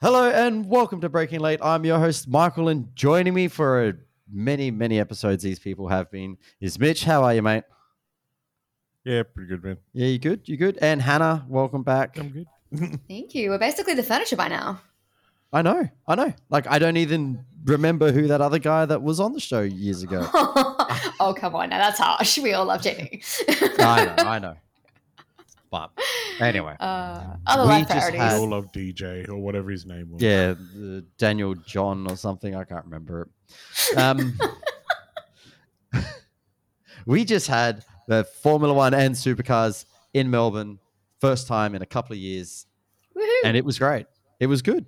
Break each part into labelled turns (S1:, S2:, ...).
S1: Hello and welcome to Breaking Late. I'm your host, Michael, and joining me for uh, many, many episodes these people have been is Mitch. How are you, mate?
S2: Yeah, pretty good, man.
S1: Yeah, you good? You good? And Hannah, welcome back.
S2: I'm good.
S3: Thank you. We're basically the furniture by now.
S1: I know, I know. Like, I don't even remember who that other guy that was on the show years ago.
S3: oh, come on. Now that's harsh. We all love Jamie.
S1: I know, I know. But anyway,
S3: Uh, other
S1: We
S3: life
S1: just
S3: priorities.
S1: had-
S2: We all love DJ or whatever his name was.
S1: yeah, uh, Daniel John or something. I can't remember it. Um, we just had the Formula One and supercars in Melbourne, first time in a couple of years.
S3: Woohoo.
S1: and it was great. It was good.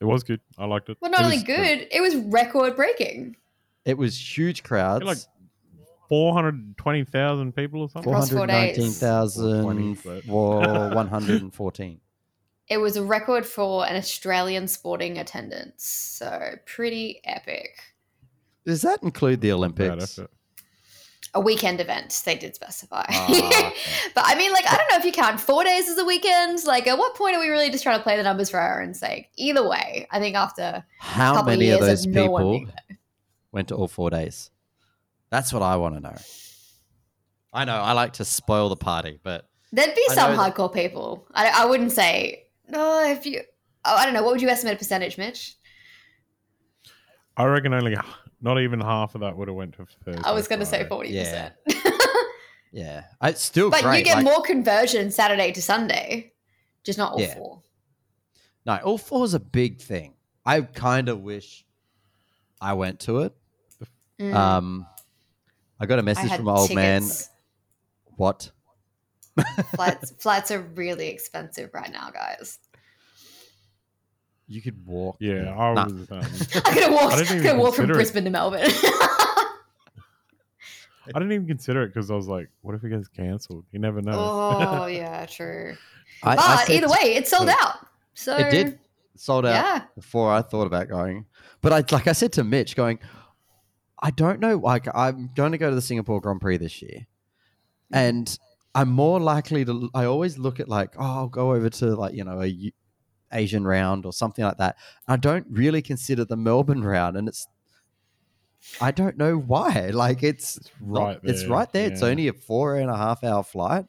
S2: It was good. I liked it.
S3: well, not
S2: It
S3: only
S2: was
S3: good, it was record breaking.
S1: It was huge crowds.
S2: Like 420,000 people or something.
S3: Four- Across four days.
S1: 419,000
S2: 420,
S1: for 114.
S3: It was a record for an Australian sporting attendance. So pretty epic.
S1: Does that include the
S2: Bad
S1: Olympics?
S2: effort.
S3: A weekend event, they did specify.
S1: Ah, okay.
S3: but I mean, like, I don't know if you count four days as a weekend. Like, at what point are we really just trying to play the numbers for our own sake? Either way, I think after a
S1: How
S3: couple
S1: many
S3: years
S1: of those
S3: no one
S1: people
S3: being there.
S1: went to all four days? That's what I want to know. I know I like to spoil the party, but
S3: There'd be
S1: I
S3: some
S1: know that-
S3: hardcore people. I, I wouldn't say no. If you, oh, I don't know. What would you estimate a percentage, Mitch?
S2: I reckon only h- not even half of that would have went to Thursday.
S3: I was going to say
S2: Friday.
S3: forty percent.
S1: yeah, I- it's still
S3: but
S1: great.
S3: you get
S1: like-
S3: more conversion Saturday to Sunday, just not all
S1: Yeah.
S3: four.
S1: No, all four is a big thing. I kind of wish I went to it.
S3: Mm.
S1: Um, I got a
S3: I
S1: message
S3: had
S1: from an old man.
S3: tickets.
S1: What?
S3: flights flights are really expensive right now, guys.
S1: You could walk.
S2: Yeah, I
S1: Nah.
S2: was. Um,
S3: I'm gonna
S2: I
S3: walk. I'm
S2: didn't even
S3: gonna walk from
S2: consider it.
S3: Brisbane to Melbourne.
S2: I didn't even consider it because I was like, what if it gets cancelled? You never know.
S3: oh yeah, true.
S1: I, I
S3: But
S1: said
S3: either
S1: to-
S3: way, it sold
S1: Wait.
S3: out. So
S1: it did sold out
S3: Yeah.
S1: before I thought about going. But I like I said to Mitch, going, I don't know. Like I'm going to go to the Singapore Grand Prix this year, and I'm more likely to. I always look at like, oh, I'll go over to like you know a U- Asian round or something like that. I don't really consider the Melbourne round, and it's. I don't know why. Like it's,
S2: It's
S1: not-
S2: right
S1: It's
S2: there,
S1: right there. It's
S2: yeah.
S1: only a four and a half hour flight.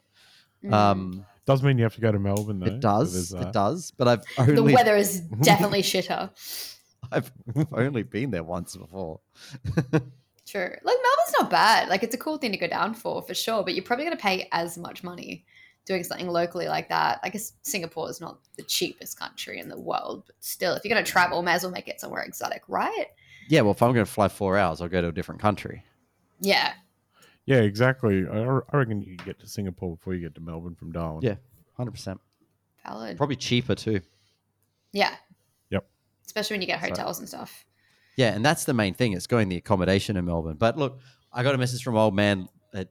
S3: Mm.
S1: Um,
S2: Does mean you have to go to Melbourne, though.
S1: it does.
S2: so
S1: It
S2: there's that.
S1: does. But I've only
S3: the weather is definitely shitter.
S1: I've only been there once before.
S3: True. Like Melbourne's not bad. Like it's a cool thing to go down for for sure, but you're probably going to pay as much money doing something locally like that. I guess Singapore is not the cheapest country in the world, but still, if you're going to travel, may as well make it somewhere exotic, right?
S1: Yeah, well, if I'm going to fly four hours, I'll go to a different country.
S3: Yeah.
S2: Yeah, exactly. I, I reckon you get to Singapore before you get to Melbourne from Darwin.
S1: Yeah. 100%.
S3: Valid.
S1: Probably cheaper too.
S3: yeah.
S2: Yep.
S3: Especially when you get
S1: So-
S3: hotels and stuff.
S1: Yeah, and that's the main thing. It's going the accommodation in Melbourne. But look, I got a message from old man. That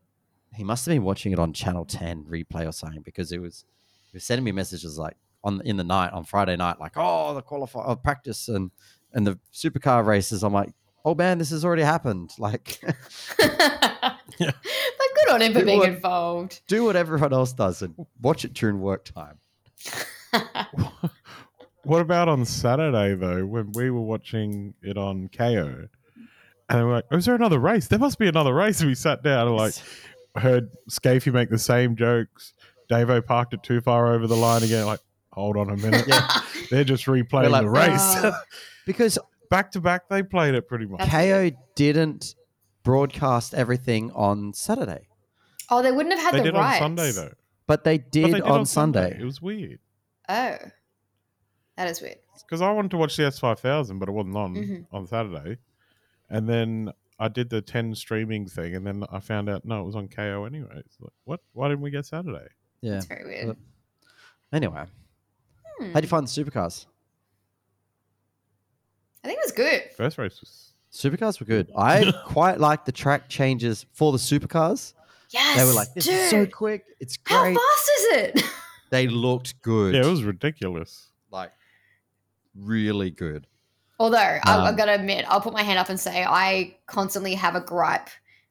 S1: he must have been watching it on Channel 10 replay or something because it was he was sending me messages like on in the night on Friday night, like oh the qualify uh, practice and and the supercar races. I'm like, oh man, this has already happened. Like,
S3: But good on him for
S1: People
S3: being
S1: are-
S3: involved.
S1: do what everyone else does and watch it during work time.
S2: What about on Saturday though, when we were watching it on KO, and we're like, "Oh, "Is there another race? There must be another race." And we sat down and like heard Scafey make the same jokes. Davo parked it too far over the line again. Like, hold on a minute, they're just replaying
S1: like,
S2: the race
S3: Uh,
S1: because
S2: back to back. They played it pretty much.
S3: That's
S1: KO didn't broadcast everything on Saturday,
S3: oh, they wouldn't have had
S2: They
S3: the
S2: did
S3: rights.
S2: on Sunday though.
S1: but they did,
S2: But they
S1: on, Sunday.
S2: It was weird
S3: Oh, that is weird.
S2: because I wanted to watch the S five thousand, but it wasn't on
S3: Mhm.
S2: on Saturday, and then. I did the ten streaming thing, and then I found out no, it was on KO anyway. It's like, what? Why didn't we get Saturday?
S1: Yeah.
S3: That's very weird.
S1: Yep. Anyway,
S3: Hmm.
S1: how do you find the supercars?
S3: I think it was good.
S2: First race was
S1: Supercars were good. I quite like the track changes for the supercars.
S3: Yes,
S1: They were like, "This
S3: dude.
S1: is so quick. It's
S3: How
S1: great."
S3: fast is it?
S1: They looked good.
S2: yeah, it was ridiculous.
S1: like really good.
S3: Although I,
S1: Um,
S3: I've got to admit, I'll put my hand up and say I constantly have a gripe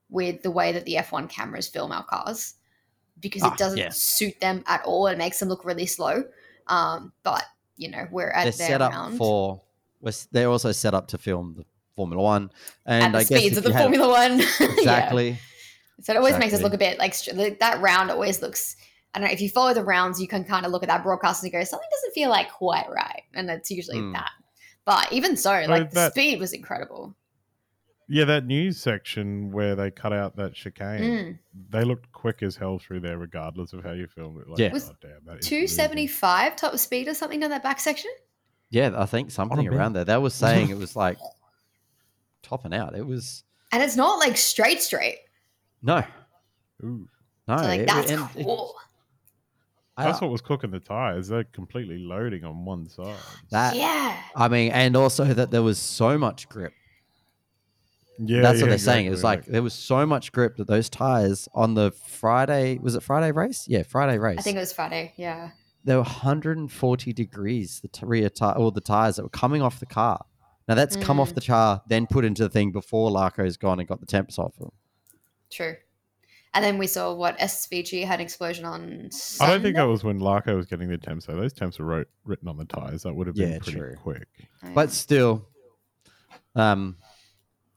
S3: with the way that the F1 cameras film our cars because
S1: Ah,
S3: it doesn't
S1: yeah.
S3: suit them at all. It makes them look really slow. Um, but you know we're at
S1: they're
S3: their
S1: set up
S3: round.
S1: for. was- They're also set up to film the Formula One,
S3: at
S1: and
S3: the
S1: I guess if
S3: speeds of the
S1: you had-
S3: Formula One. Yeah.
S1: exactly.
S3: So it always makes us
S1: Exactly.
S3: look a bit like str- like, that round always looks. I don't know if you follow the rounds, you can kind of look at that broadcast and go, something doesn't feel like quite right, and it's usually
S1: Hmm.
S3: that. But even so,
S2: So
S3: like the
S2: that-
S3: speed was incredible.
S2: Yeah, that news section where they cut out that chicane,
S3: Mm.
S2: they looked quick as hell through there, regardless of how you filmed it. Like,
S1: Yeah.
S2: yeah.
S3: Was
S2: damn, that is
S3: Two seventy five top speed or something down that back section.
S1: Yeah, I think something
S2: bit.
S1: around there. They were saying it was like topping out. It was
S3: And it's not like straight, straight.
S1: no,
S2: moving. Ooh.
S1: no.
S3: So, like
S1: it-
S3: that's
S1: and it-
S3: cool.
S1: I- uh,
S2: That's what was cooking the tires. They're completely loading on one side.
S1: that
S3: yeah.
S1: I mean, and also that there was so much grip.
S2: yeah,
S1: That's
S2: yeah,
S1: what they're saying. It was
S2: exactly,
S1: like there was so much grip that those tires on the Friday was it Friday race? Yeah, Friday race.
S3: I think it was Friday. Yeah.
S1: there were 140 degrees the t- rear tire or the tires that were coming off the car. Now that's come off
S3: Mm.
S1: the car, then put into the thing before Larko's gone and got the temps off them.
S3: True. And then we saw what SVG had an explosion on.
S2: I don't think
S3: Sunday?
S2: that was when Larko was getting the temps. So those temps were wrote, written on the tires. That would have been
S1: Yeah,
S2: pretty
S1: true.
S2: quick.
S3: Oh,
S1: But
S3: yeah.
S1: still, um,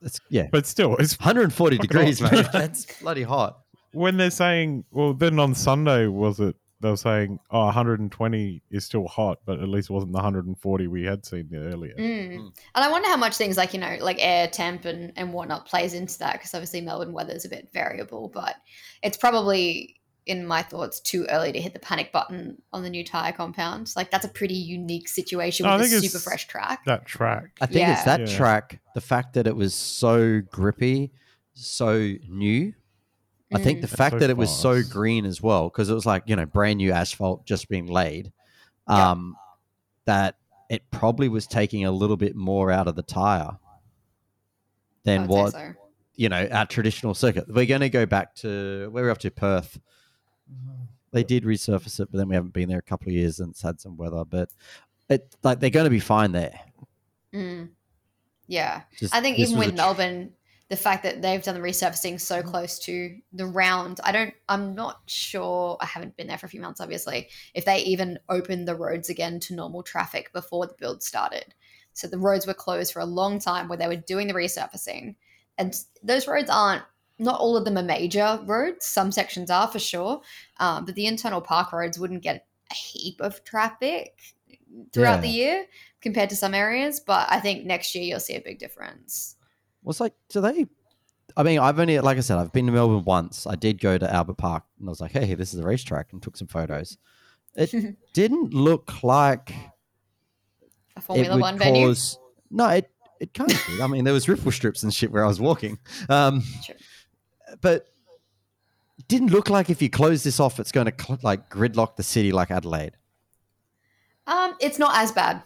S1: that's yeah,
S2: But still, it's
S3: Oh,
S1: 140
S2: Fucking
S1: degrees,
S2: hot.
S1: mate. That's bloody hot.
S2: when they're saying, well, then on Sunday was it? They were saying, oh, 120 is still hot, but at least it wasn't the 140 we had seen earlier.
S3: Mm.
S1: Mm.
S3: And I wonder how much things like, you know, like air temp and, and whatnot plays into that because obviously Melbourne weather is a bit variable, but it's probably, in my thoughts, too early to hit the panic button on the new tyre compound. Like, that's a pretty unique situation
S2: No, I
S3: with a
S2: think
S3: super
S2: it's-
S3: fresh track.
S2: That track.
S1: I think it's
S3: Yeah.
S1: that
S2: Yeah.
S1: track, the fact that it was so grippy, so new. I think the
S2: That's
S1: fact
S2: Mm. so
S1: that it was so
S2: fast.
S1: green as well, because it was like, you know, brand new asphalt just being laid,
S3: Yeah.
S1: um, that it probably was taking a little bit more out of the tire
S3: I
S1: than
S3: would say
S1: what,
S3: so.
S1: you know, our traditional circuit. We're going to go back to where we're off to Perth. They did resurface it, but then we haven't been there a couple of years and it's had some weather. But it like they're going to be fine there.
S3: Mm. Yeah.
S1: Just,
S3: I think
S1: this
S3: even
S1: was a
S3: with
S1: Mm-hmm.
S3: Melbourne, the fact that they've done the resurfacing so close to the round, I don't, I'm not sure. I haven't been there for a few months, obviously. If they even opened the roads again to normal traffic before the build started, so the roads were closed for a long time where they were doing the resurfacing, and those roads aren't. Not all of them are major roads. Some sections are for sure, um, but the internal park roads wouldn't get a heap of traffic throughout
S1: Yeah.
S3: the year compared to some areas. But I think next year you'll see a big difference.
S1: was like, do they? I mean, I've only, like I said, I've been to Melbourne once. I did go to Albert Park and I was like, hey, this is a racetrack and took some photos. It didn't look like
S3: a
S1: it
S3: Formula
S1: would
S3: One venue.
S1: cause. No, it, it kind of did. I mean, there was ripple strips and shit where I was walking. Um,
S3: Sure.
S1: But it didn't look like if you close this off, it's going to cl- like gridlock the city like Adelaide.
S3: Um, it's not as bad.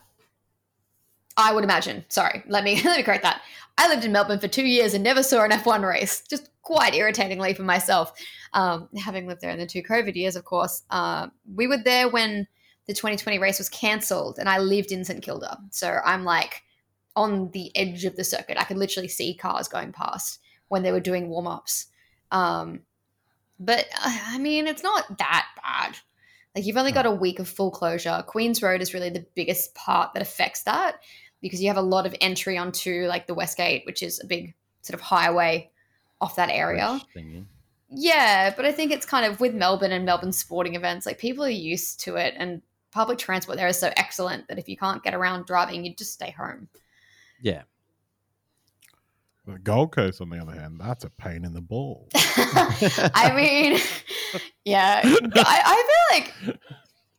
S3: I would imagine. Sorry, let me let me correct that. I lived in Melbourne for two years and never saw an F1 race. Just quite irritatingly for myself, um, having lived there in the two COVID years. Of course, Um we were there when the 2020 race was cancelled, and I lived in St Kilda, so I'm like on the edge of the circuit. I could literally see cars going past when they were doing warm ups. Um, but uh, I mean, it's not that bad. Like you've only got a week of full closure. Queens Road is really the biggest part that affects that because you have a lot of entry onto like the West Gate, which is a big sort of highway off that area.
S1: Bridge thingy.
S3: Yeah, but I think it's kind of with Melbourne and Melbourne sporting events, like people are used to it and public transport there is so excellent that if you can't get around driving, you just stay home.
S1: Yeah.
S2: The Gold Coast, on the other hand, that's a pain in the ball.
S3: I mean, yeah, I, I feel like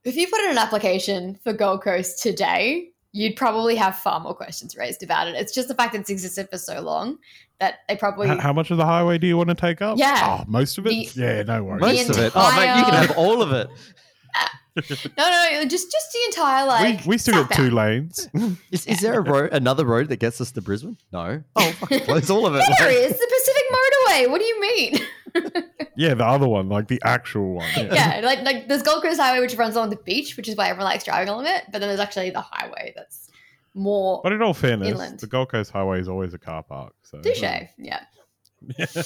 S3: if you put in an application for Gold Coast today, you'd probably have far more questions raised about it. It's just the fact that it's existed for so long that they probably.
S2: H- how much of the highway do you want to take up?
S3: Yeah.
S2: Oh, most of it?
S3: The-
S2: yeah, no worries.
S1: Most of it. Oh, mate, you can
S3: entire-
S1: have all of it.
S3: no, no, no, just just the entire like.
S2: we, we still got two
S3: southbound.
S2: lanes.
S1: Is, is there a road, another road that gets us to Brisbane? No. Oh, fucking close all of it.
S3: There
S1: Like-
S3: is the Pacific Motorway. What do you mean?
S2: yeah, the other one, like the actual one. Yeah.
S3: yeah, like like there's Gold Coast Highway, which runs along the beach, which is why everyone likes driving along it. But then there's actually the highway that's more
S2: But in all fairness,
S3: Inland.
S2: the Gold Coast Highway is always a car park. So
S3: touche.
S1: Oh.
S3: Yeah. Well,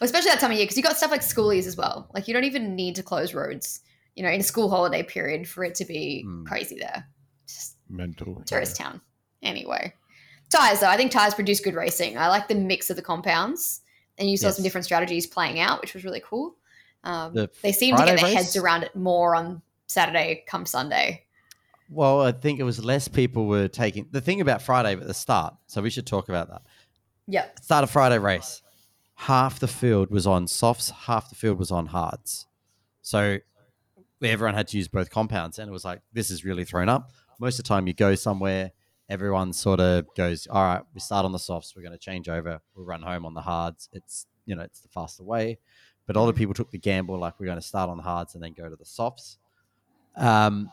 S3: especially that time of year because you got stuff like schoolies as well. Like you don't even need to close roads, you know, in a school holiday period for it to be
S1: Mm.
S3: crazy there. Just
S2: mental.
S3: tourist town. Anyway, tires though, I think tires produce good racing. I like the mix of the compounds, and you saw
S1: Yes.
S3: some different strategies playing out, which was really cool. Um,
S1: The
S3: they seem to
S1: Friday
S3: get their
S1: race?
S3: heads around it more on Saturday come Sunday.
S1: Well, I think it was less people were taking the thing about Friday at the start. So we should talk about that.
S3: Yep.
S1: Start of Friday race. Half the field was on softs, half the field was on hards. So everyone had to use both compounds. And it was like, this is really thrown up. Most of the time, you go somewhere, everyone sort of goes, all right, we start on the softs, we're going to change over, we'll run home on the hards. It's, you know, it's the faster way. But a lot of people took the gamble, like, we're going to start on the hards and then go to the softs. Um,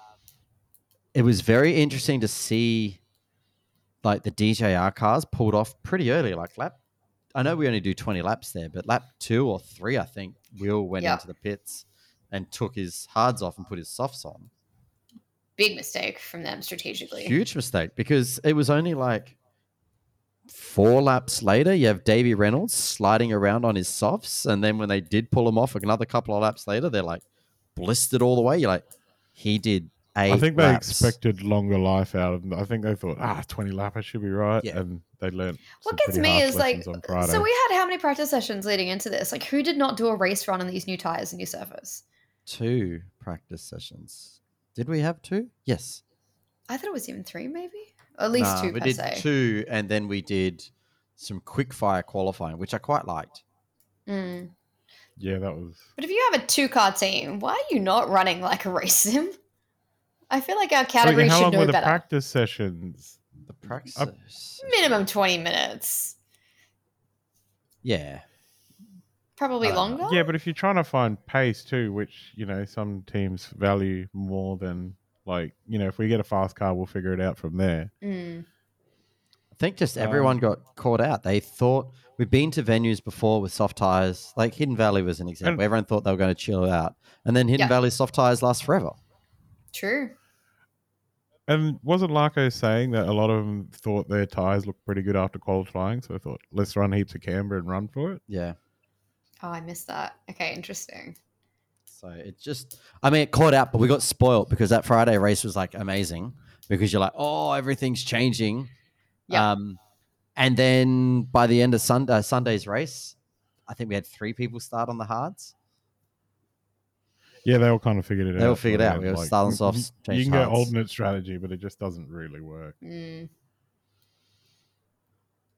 S1: it was very interesting to see like the DJR cars pulled off pretty early, like lap. I know we only do 20 laps there, but lap two or three, I think Will went
S3: Yeah.
S1: into the pits and took his hards off and put his softs on.
S3: Big mistake from them strategically.
S1: Huge mistake because it was only like four laps later. You have Davy Reynolds sliding around on his softs, and then when they did pull him off another couple of laps later, they're like blistered all the way. You're like, he did eight.
S2: I think they
S1: laps.
S2: expected longer life out of them. I think they thought, ah, 20 lap, I should be right.
S1: Yeah.
S2: And they learned.
S3: What
S2: some
S3: gets
S2: pretty
S3: me
S2: harsh
S3: is like,
S2: lessons on Friday.
S3: so we had how many practice sessions leading into this? Like, who did not do a race run on these new tires and new surface?
S1: two practice sessions. Did we have two? Yes.
S3: I thought it was even three, maybe at least
S1: Nah,
S3: two.
S1: We
S3: per
S1: did
S3: se.
S1: two, and then we did some quick fire qualifying, which I quite liked.
S3: Mm.
S2: yeah, that was.
S3: But if you have a two car team, why are you not running like a race sim? I feel like our category
S2: how
S3: should
S2: long
S3: know
S2: were the
S3: better.
S2: practice sessions?
S1: The practice.
S3: Minimum 20 minutes.
S1: Yeah.
S3: Probably
S1: Uh,
S3: longer.
S2: Yeah, but if you're trying to find pace too, which, you know, some teams value more than, like, you know, if we get a fast car, we'll figure it out from there.
S3: Mm.
S1: I think just
S2: Um,
S1: everyone got caught out. They thought we've been to venues before with soft tires, like Hidden Valley was an example. Everyone thought they were going to chill out, and then Hidden
S3: Yeah.
S1: Valley soft tires last forever.
S3: True.
S2: And wasn't Larko saying that a lot of them thought their tyres looked pretty good after qualifying? So I thought, let's run heaps of Canberra and run for it.
S1: Yeah.
S3: Oh, I missed that. Okay, interesting.
S1: So it just, I mean, it caught out, but we got spoiled because that Friday race was like amazing because you're like, oh, everything's changing.
S3: Yeah.
S1: Um, and then by the end of Sunday, uh, Sunday's race, I think we had three people start on the hards.
S2: Yeah, they all kind of figured it out.
S1: They all figured
S2: by
S1: out.
S2: then,
S1: We were
S2: like,
S1: starting
S2: you-
S1: off.
S2: You
S1: changed
S2: can go
S1: hards.
S2: alternate strategy, but it just doesn't really work.
S3: Mm.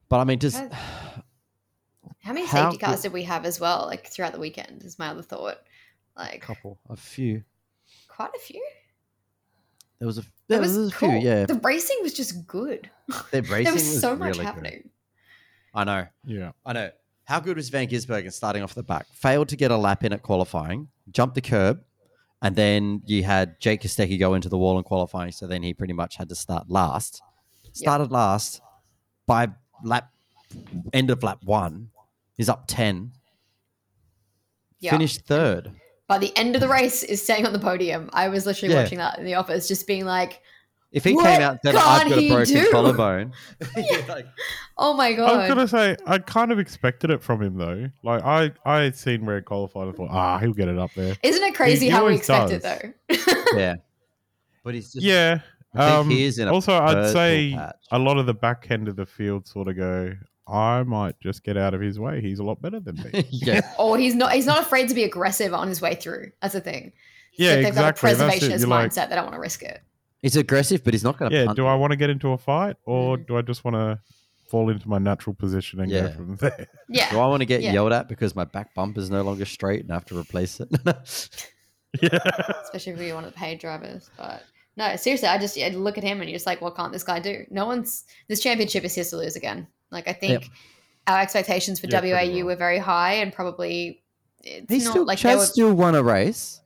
S1: But I mean, just
S3: Okay. How many
S1: How
S3: safety cars
S1: good-
S3: did we have as well, like throughout the weekend, is my other thought.
S1: a
S3: Like,
S1: couple, a few.
S3: quite a few.
S1: There was a,
S3: It
S1: there was, a few, yeah.
S3: The racing was just good.
S1: Their racing
S3: there was, so much
S1: really good.
S3: happening.
S1: I know.
S2: Yeah.
S1: I know. How good was Van Gisbergen starting off the back? Failed to get a lap in at qualifying, jumped the curb, and then you had Jake Kostecki go into the wall in qualifying. So then he pretty much had to start last. Started last by lap, end of lap one. He's up 10,
S3: Yeah.
S1: finished third.
S3: By the end of the race, is staying on the podium. I was literally
S1: Yeah.
S3: watching that in the office, just being like,
S1: If he
S3: What
S1: came out and said, I've
S3: can't
S1: got a
S3: he
S1: broken
S3: do?"
S1: collarbone, you're like,
S3: Oh my
S2: I was
S3: god.
S2: gonna say I kind of expected it from him though. Like I, I had seen where he qualified and thought, ah, he'll get it up there.
S3: Isn't it crazy
S2: he
S3: how we
S2: always
S3: expect
S2: does.
S3: it though?
S1: yeah. But he's just,
S2: yeah.
S1: I think
S2: um,
S1: he is in a
S2: Also, I'd
S1: purple
S2: say
S1: patch.
S2: a lot of the back end of the field sort of go, I might just get out of his way. He's a lot better than me.
S1: yeah.
S3: or he's not he's not afraid to be aggressive on his way through. That's the thing.
S2: yeah,
S3: if they've
S2: exactly.
S3: got a
S2: That's it.
S3: preservationist
S2: You're like,
S3: mindset, they don't want to risk it.
S1: He's aggressive, but he's not going to
S2: yeah,
S1: punt. Mm.
S2: do I want to get into a fight or
S3: Mhm.
S2: do I just want to fall into my natural position and go
S1: Yeah.
S2: from there?
S1: Do
S3: Yeah.
S1: I want to get
S3: Yeah.
S1: yelled at because my back bumper is no longer straight and I have to replace it?
S2: yeah.
S3: Especially if you're one of the paid drivers. But no, seriously, I just yeah, look at him and you're just like, what can't this guy do? No one's this championship is his to lose again. Like I think our expectations for
S2: Yeah, pretty
S3: WAU
S2: well.
S3: were very high and probably it's
S1: He
S3: not
S1: still,
S3: like they
S1: Chad
S3: were
S1: still won a race.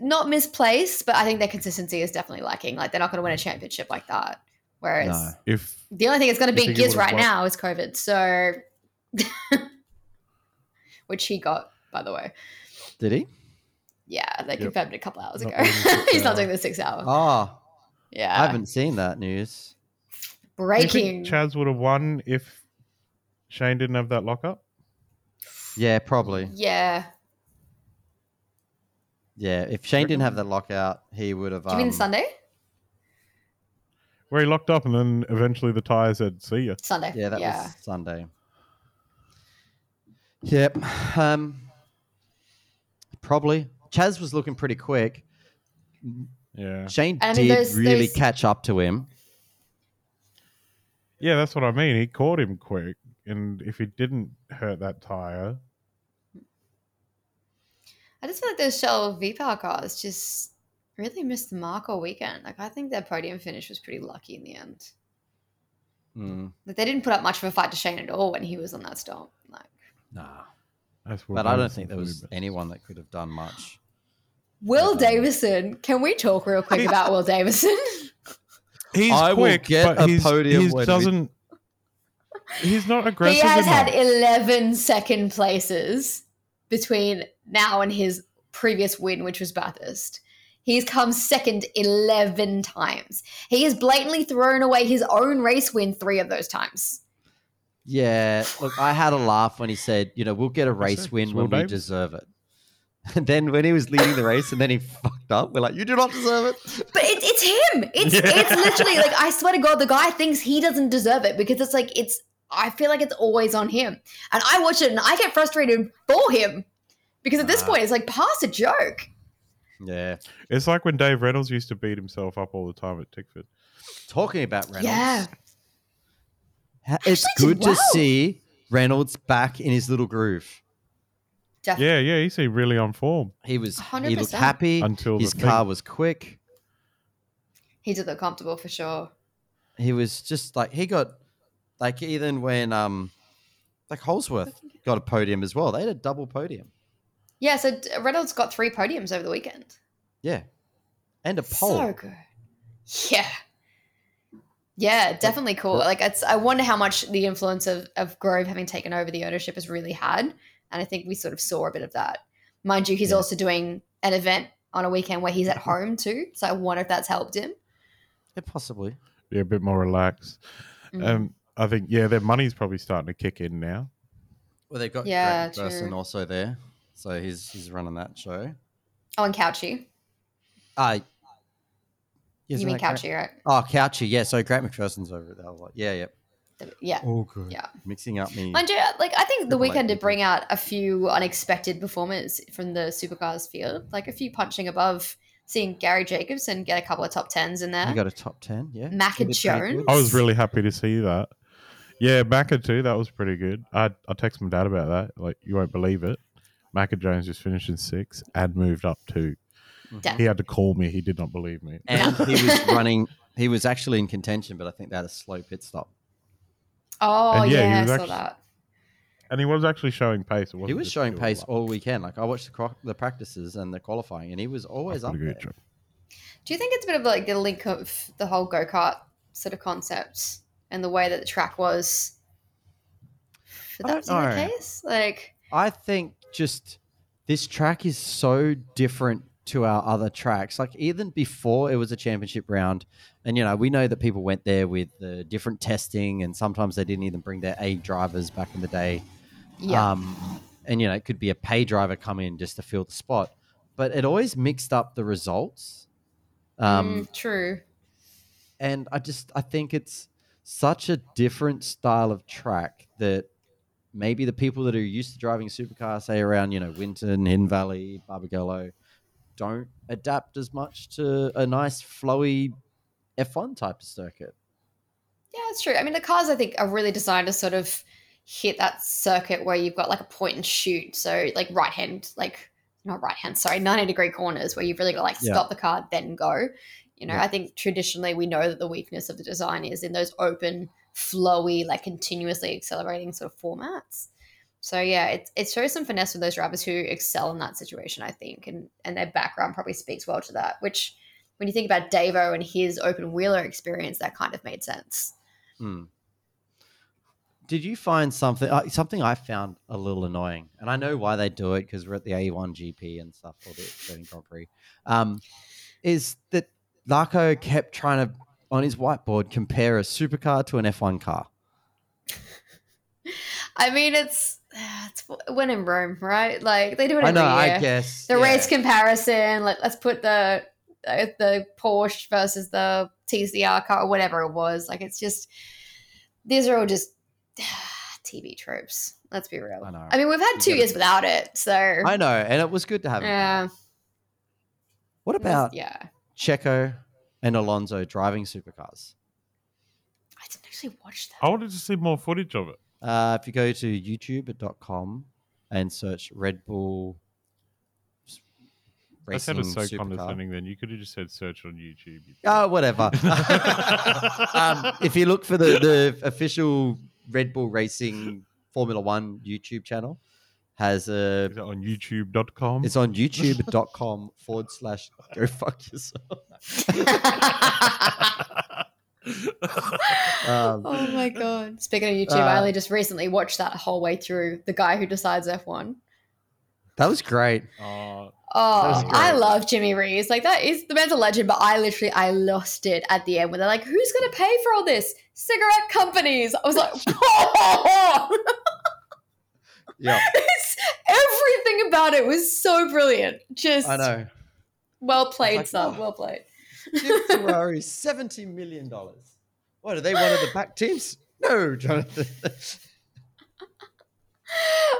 S3: not misplaced, but I think their consistency is definitely lacking. Like they're not gonna win a championship like that. Whereas
S1: No.
S2: If
S3: The only thing that's going
S2: You
S3: to be
S2: think he
S3: Giz
S2: would've
S3: right
S2: won?
S3: now is COVID. So, which he got, by the way.
S1: Did he?
S3: Yeah, they
S2: Yep.
S3: confirmed it a couple hours
S2: Not
S3: ago.
S2: doing the six
S3: He's not
S2: hour.
S3: doing the six hour.
S1: Ah, I
S3: yeah,
S1: haven't seen that news.
S2: do you think
S3: breaking.
S2: Chaz would have won if Shane didn't have that lockup?
S1: Yeah, probably.
S3: yeah,
S1: Yeah, if Shane didn't have um, that lockout, he would have.
S3: do you mean
S1: um,
S3: Sunday?
S2: where he locked up, and then eventually the tire said, "See ya."
S3: Sunday.
S1: Yeah, that was Sunday. Yep. Um, probably. Chaz was looking pretty quick.
S2: Yeah,
S1: Shane
S3: And I mean,
S1: did
S3: those-
S1: really
S3: those-
S1: catch up to him.
S2: yeah, that's what I mean. He caught him quick, and if he didn't hurt that tire,
S3: I just feel like those Shell V Power cars just really missed the mark all weekend. Like I think their podium finish was pretty lucky in the end.
S2: Hmm.
S1: Mm,
S3: Like they didn't put up much of a fight to Shane at all when he was on that stomp. Like
S1: nah.
S2: that's what.
S1: But I don't think there was anyone that could have done much.
S3: Will
S1: Yeah.
S3: Davison, can we talk real quick
S2: He's-
S3: about Will Davison?
S2: He's
S1: I will
S2: quick,
S1: get
S2: but
S1: a
S2: he's,
S1: podium
S2: He
S1: when we-
S2: doesn't. He's not aggressive.
S3: he has
S2: enough.
S3: had 11 second places between now and his previous win, which was Bathurst. He's come second 11 times. He has blatantly thrown away his own race win three of those times.
S1: Yeah, look, I had a laugh when he said, you know, we'll get a race
S2: it,
S1: win
S2: it's Will
S1: when we
S2: Davis.
S1: deserve it. And then when he was leading the race and then he fucked up, we're like, you do not deserve it.
S3: But it, it's him. It's
S1: Yeah.
S3: it's literally like I swear to God, the guy thinks he doesn't deserve it because it's like it's. I feel like it's always on him, and I watch it and I get frustrated for him because at this
S1: Ah.
S3: point it's like past a joke.
S1: Yeah.
S2: It's like when Dave Reynolds used to beat himself up all the time at Tickford.
S1: Talking about Reynolds.
S3: Yeah,
S1: ha- It's
S3: Actually did
S1: good to
S3: well.
S1: see Reynolds back in his little groove.
S3: definitely.
S2: Yeah, yeah, he seemed really on form.
S1: He was he looked
S3: 100%.
S1: happy.
S2: Until the
S1: his
S2: thing.
S1: car was quick.
S3: He did look comfortable for sure.
S1: He was just like he got like even when um like Holsworth got a podium as well. They had a double podium.
S3: Yeah, so D- Reynolds got three podiums over the weekend.
S1: Yeah. And a pole.
S3: So good. Yeah. Yeah, definitely cool. Like it's I wonder how much the influence of, of Grove having taken over the ownership has really had. And I think we sort of saw a bit of that. Mind you, he's
S1: Yeah.
S3: also doing an event on a weekend where he's at home too. So I wonder if that's helped him.
S1: yeah, possibly.
S2: Yeah, a bit more relaxed.
S3: Mm.
S2: Um, I think yeah, their money's probably starting to kick in now.
S1: Well, they've got
S3: Yeah,
S1: Grant Gerson
S3: true.
S1: also there, so he's he's running that show.
S3: oh, and Couchy.
S1: Uh,
S3: You
S1: isn't
S3: mean
S1: that Grant-
S3: Couchy, right?
S1: Oh, Couchy, yeah. So Grant McPherson's over at the other lot. Yeah, yeah.
S3: Yeah.
S1: Oh, good.
S3: Yeah.
S1: Mixing up me.
S3: Mind you, like I think the
S1: Triple
S3: weekend
S1: eight
S3: did bring out a few unexpected performances from the supercars field, like a few punching above, seeing Gary Jacobson get a couple of top tens in
S1: You
S3: there.
S1: got a top 10, yeah.
S3: Mac
S1: He
S3: and
S1: did pretty
S3: Jones. Oh.
S1: good.
S2: I was really happy to see that. Yeah, Macca too. That was pretty good. I I text my dad about that. Like you won't believe it. Macca Jones just finished in six and moved up two.
S3: Damn.
S2: He had to call me. He did not believe me.
S1: And
S3: Yeah.
S1: he was running, he was actually in contention, but I think they had a slow pit stop.
S3: Oh
S2: And yeah, he
S3: yeah, I
S2: was
S3: saw
S2: actu-
S3: that.
S2: And he was actually showing pace. It wasn't
S1: He was
S2: just
S1: showing
S2: pure
S1: pace
S2: luck.
S1: all weekend. Like, I watched the, cro- the practices and the qualifying, and he was always
S2: That's
S1: up
S2: pretty
S1: there.
S2: good job.
S3: Do you think it's a bit of like a link of the whole go kart sort of concept and the way that the track was? Should
S1: I
S3: that
S1: don't
S3: be the
S1: know.
S3: case? Like,
S1: I think just this track is so different to our other tracks. Like even before it was a championship round, and you know we know that people went there with the different testing, and sometimes they didn't even bring their A drivers back in the day.
S3: yeah,
S1: Um, and you know it could be a pay driver come in just to fill the spot, but it always mixed up the results. Um,
S3: Mm, true.
S1: and I just I think it's such a different style of track that maybe the people that are used to driving supercars, say around you know Winton, Hidden Valley, Barbagallo, don't adapt as much to a nice flowy F1 type of circuit.
S3: Yeah, it's true. I mean, the cars I think are really designed to sort of hit that circuit where you've got like a point and shoot. So like right hand, like not right hand, sorry, ninety degree corners where you've really got to like
S1: Yeah.
S3: stop the car then go. You know,
S1: Yeah.
S3: I think traditionally we know that the weakness of the design is in those open, flowy, like continuously accelerating sort of formats. So yeah, it it shows some finesse for those drivers who excel in that situation, I think, and and their background probably speaks well to that. Which, when you think about Davo and his open wheeler experience, that kind of made sense.
S1: Hmm. Did you find something? Uh, something I found a little annoying, and I know why they do it because we're at the A1 GP and stuff, or the Australian Grand Prix. Um, is that Larko kept trying to on his whiteboard compare a supercar to an F1 car?
S3: I mean, it's it's when in Rome, right? Like they do it every
S1: I know,
S3: year.
S1: I guess
S3: the
S1: yeah.
S3: race comparison. Like, let's put the uh, the Porsche versus the TCR car or whatever it was. Like it's just these are all just TV tropes. Let's be real.
S1: I know.
S3: I mean, we've had
S1: You
S3: two
S1: gotta-
S3: years without it, so
S1: I know, and it was good to have. him.
S3: yeah.
S1: What about
S3: yeah?
S1: Checo and Alonso driving supercars?
S3: I didn't actually watch that.
S2: I wanted to see more footage of it.
S1: Uh, if you go to youtube.com and search Red Bull s-
S2: That
S1: racing
S2: sounded so
S1: supercar.
S2: condescending then. You could have just said search on YouTube. you
S1: Oh, whatever. um, if you look for the, the official Red Bull Racing Formula One YouTube channel, has a
S2: Is it on youtube.com?
S1: It's on youtube.com forward slash go fuck yourself. Um,
S3: oh my god! Speaking of YouTube,
S1: Uh,
S3: I only just recently watched that whole way through. The guy who decides F one.
S1: That was great.
S2: Uh,
S1: was
S3: Oh,
S1: great.
S3: I love Jimmy Reeves. Like that is the man's a legend, but I literally I lost it at the end when they're like, "Who's gonna pay for all this? Cigarette companies." I was like,
S1: Yeah,
S3: It's- everything about it was so brilliant. Just
S1: I know.
S3: well played,
S1: like,
S3: son.
S1: oh.
S3: Well played.
S1: Give Ferrari seventy million dollars. What are they one of the back teams? No, Jonathan.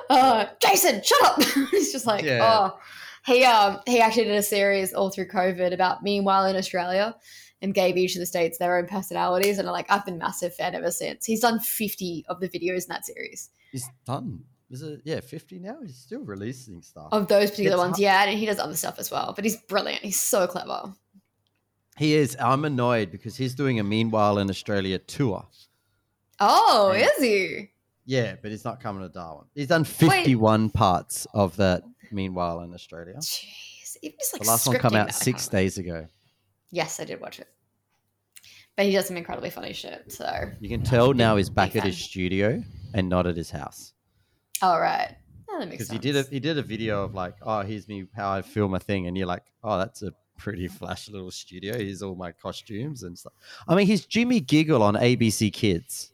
S3: Uh, Jason, shut up. it's just like,
S1: Yeah.
S3: oh, he um he actually did a series all through COVID about meanwhile in Australia. And gave each of the states their own personalities, and like I've been a massive fan ever since. He's done fifty of the videos in that series.
S1: He's done. Is it yeah, fifty now? He's still releasing stuff.
S3: Of those particular
S1: It's
S3: ones,
S1: hu-
S3: yeah, and he does other stuff as well. But he's brilliant. He's so clever.
S1: He is. I'm annoyed because he's doing a meanwhile in Australia tour.
S3: Oh,
S1: Yeah.
S3: is he?
S1: Yeah, but he's not coming to Darwin. He's done fifty-one parts of that meanwhile in Australia.
S3: Jeez, even just like
S1: The last one come
S3: scripting
S1: out
S3: that, I
S1: six
S3: can't-
S1: days ago.
S3: Yes, I did watch it. But he does some incredibly funny shit. So,
S1: You can tell now he's
S3: Big
S1: back at
S3: fan.
S1: his studio and not at his house
S3: all right, oh, that
S1: because
S3: makes sense.
S1: he did a he did a video of like, oh, here's me how I film a thing, and you're like, oh, that's a pretty flash little studio. Here's all my costumes and stuff. I mean, he's Jimmy Giggle on ABC Kids.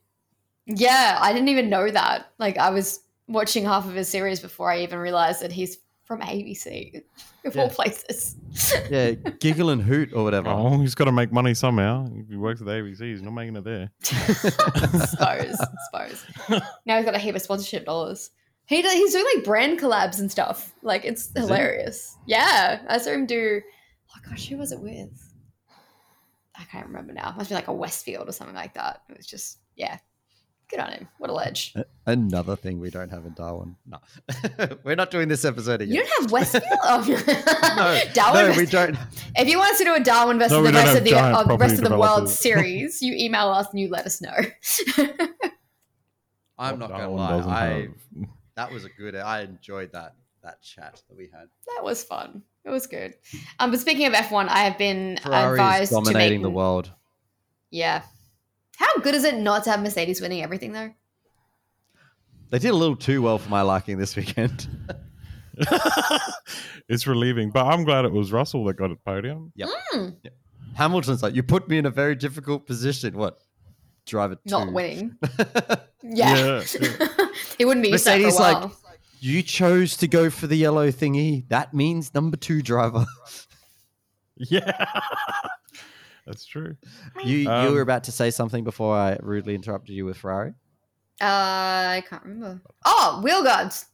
S3: Yeah, I didn't even know that. Like, I was watching half of his series before I even realized that he's from ABC of all
S1: Yeah.
S3: places.
S1: Yeah, Giggle and Hoot or whatever.
S2: oh, he's got to make money somehow. If he works at the ABC, he's not making it there.
S3: suppose, suppose. Now he's got a heap of sponsorship dollars. He do, he's doing like brand collabs and stuff. Like it's
S1: he?
S3: hilarious. Yeah, I saw him do. Oh gosh, who was it with? I can't remember now. Must be like a Westfield or something like that. It was just yeah. Good on him. What a ledge.
S2: Uh,
S1: Another thing we don't have in Darwin. No, we're not doing this episode
S3: You
S1: again.
S3: don't have Westfield? Oh,
S1: No,
S3: Darwin.
S1: no, we
S3: West-
S1: don't.
S3: if you want us to do a Darwin versus
S2: No, we
S3: the
S2: don't
S3: rest
S2: have
S3: of the
S2: giant
S3: uh, the
S2: property
S3: rest of the world
S2: developers.
S3: series, you email us and you let us know.
S1: I'm not
S2: That
S1: gonna
S2: one
S1: lie.
S2: doesn't
S1: I,
S2: have-
S1: that was a good. I enjoyed that that chat that we had.
S3: that was fun. It was good. Um, but speaking of F1, I have been
S1: Ferrari is
S3: advised
S1: dominating
S3: to make,
S1: the world.
S3: Yeah. How good is it not to have Mercedes winning everything though?
S1: They did a little too well for my liking this weekend.
S2: it's relieving, but I'm glad it was Russell that got a podium.
S1: Hamilton's like, you put me in a very difficult position. What? Drive it
S3: Not
S1: two.
S3: winning. Yeah.
S2: Yeah,
S3: it wouldn't be used to that
S1: Mercedes
S3: for a
S1: like,
S3: while.
S1: you chose to go for the yellow thingy. That means number two driver.
S2: Yeah. That's true.
S1: you you
S2: Um,
S1: were about to say something before I rudely interrupted you with Ferrari.
S3: Uh, I can't remember. Oh, wheel guards.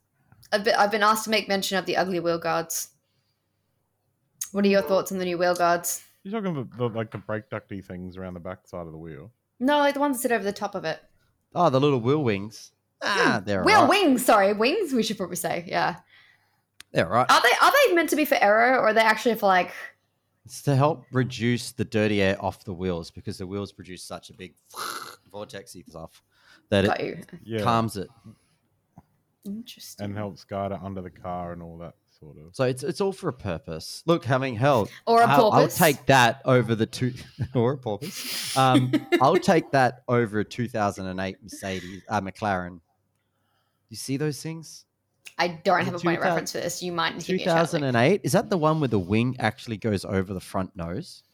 S3: I've been, I've been asked to make mention of the ugly wheel guards. What are your thoughts on the new wheel guards?
S2: You're talking about the, like the brake ducty things around the back side of the wheel.
S3: No, like the ones that sit over the top of it.
S1: Oh, the little wheel wings. Ah, they're
S3: Hmm. Wheel
S1: all right.
S3: wings, sorry, wings. We should probably say, yeah.
S1: They're all right.
S3: Are they are they meant to be for aero, or are they actually for like
S1: It's to help reduce the dirty air off the wheels because the wheels produce such a big vortexy stuff that
S3: got
S1: it
S3: you?
S2: Yeah.
S1: calms it.
S3: Interesting.
S2: and helps guard it under the car and all that sort of.
S1: So it's it's all for a purpose. Look, having held
S3: Or a
S1: I'll,
S3: porpoise.
S1: I'll take that over the two or a porpoise. Um, I'll take that over a 2008 Mercedes uh, McLaren. You see those things?
S3: I don't have a
S1: Is it
S3: point
S1: 2000
S3: of reference for this. You might give me a shout. later.
S1: 2008 is that the one where the wing actually goes over the front nose?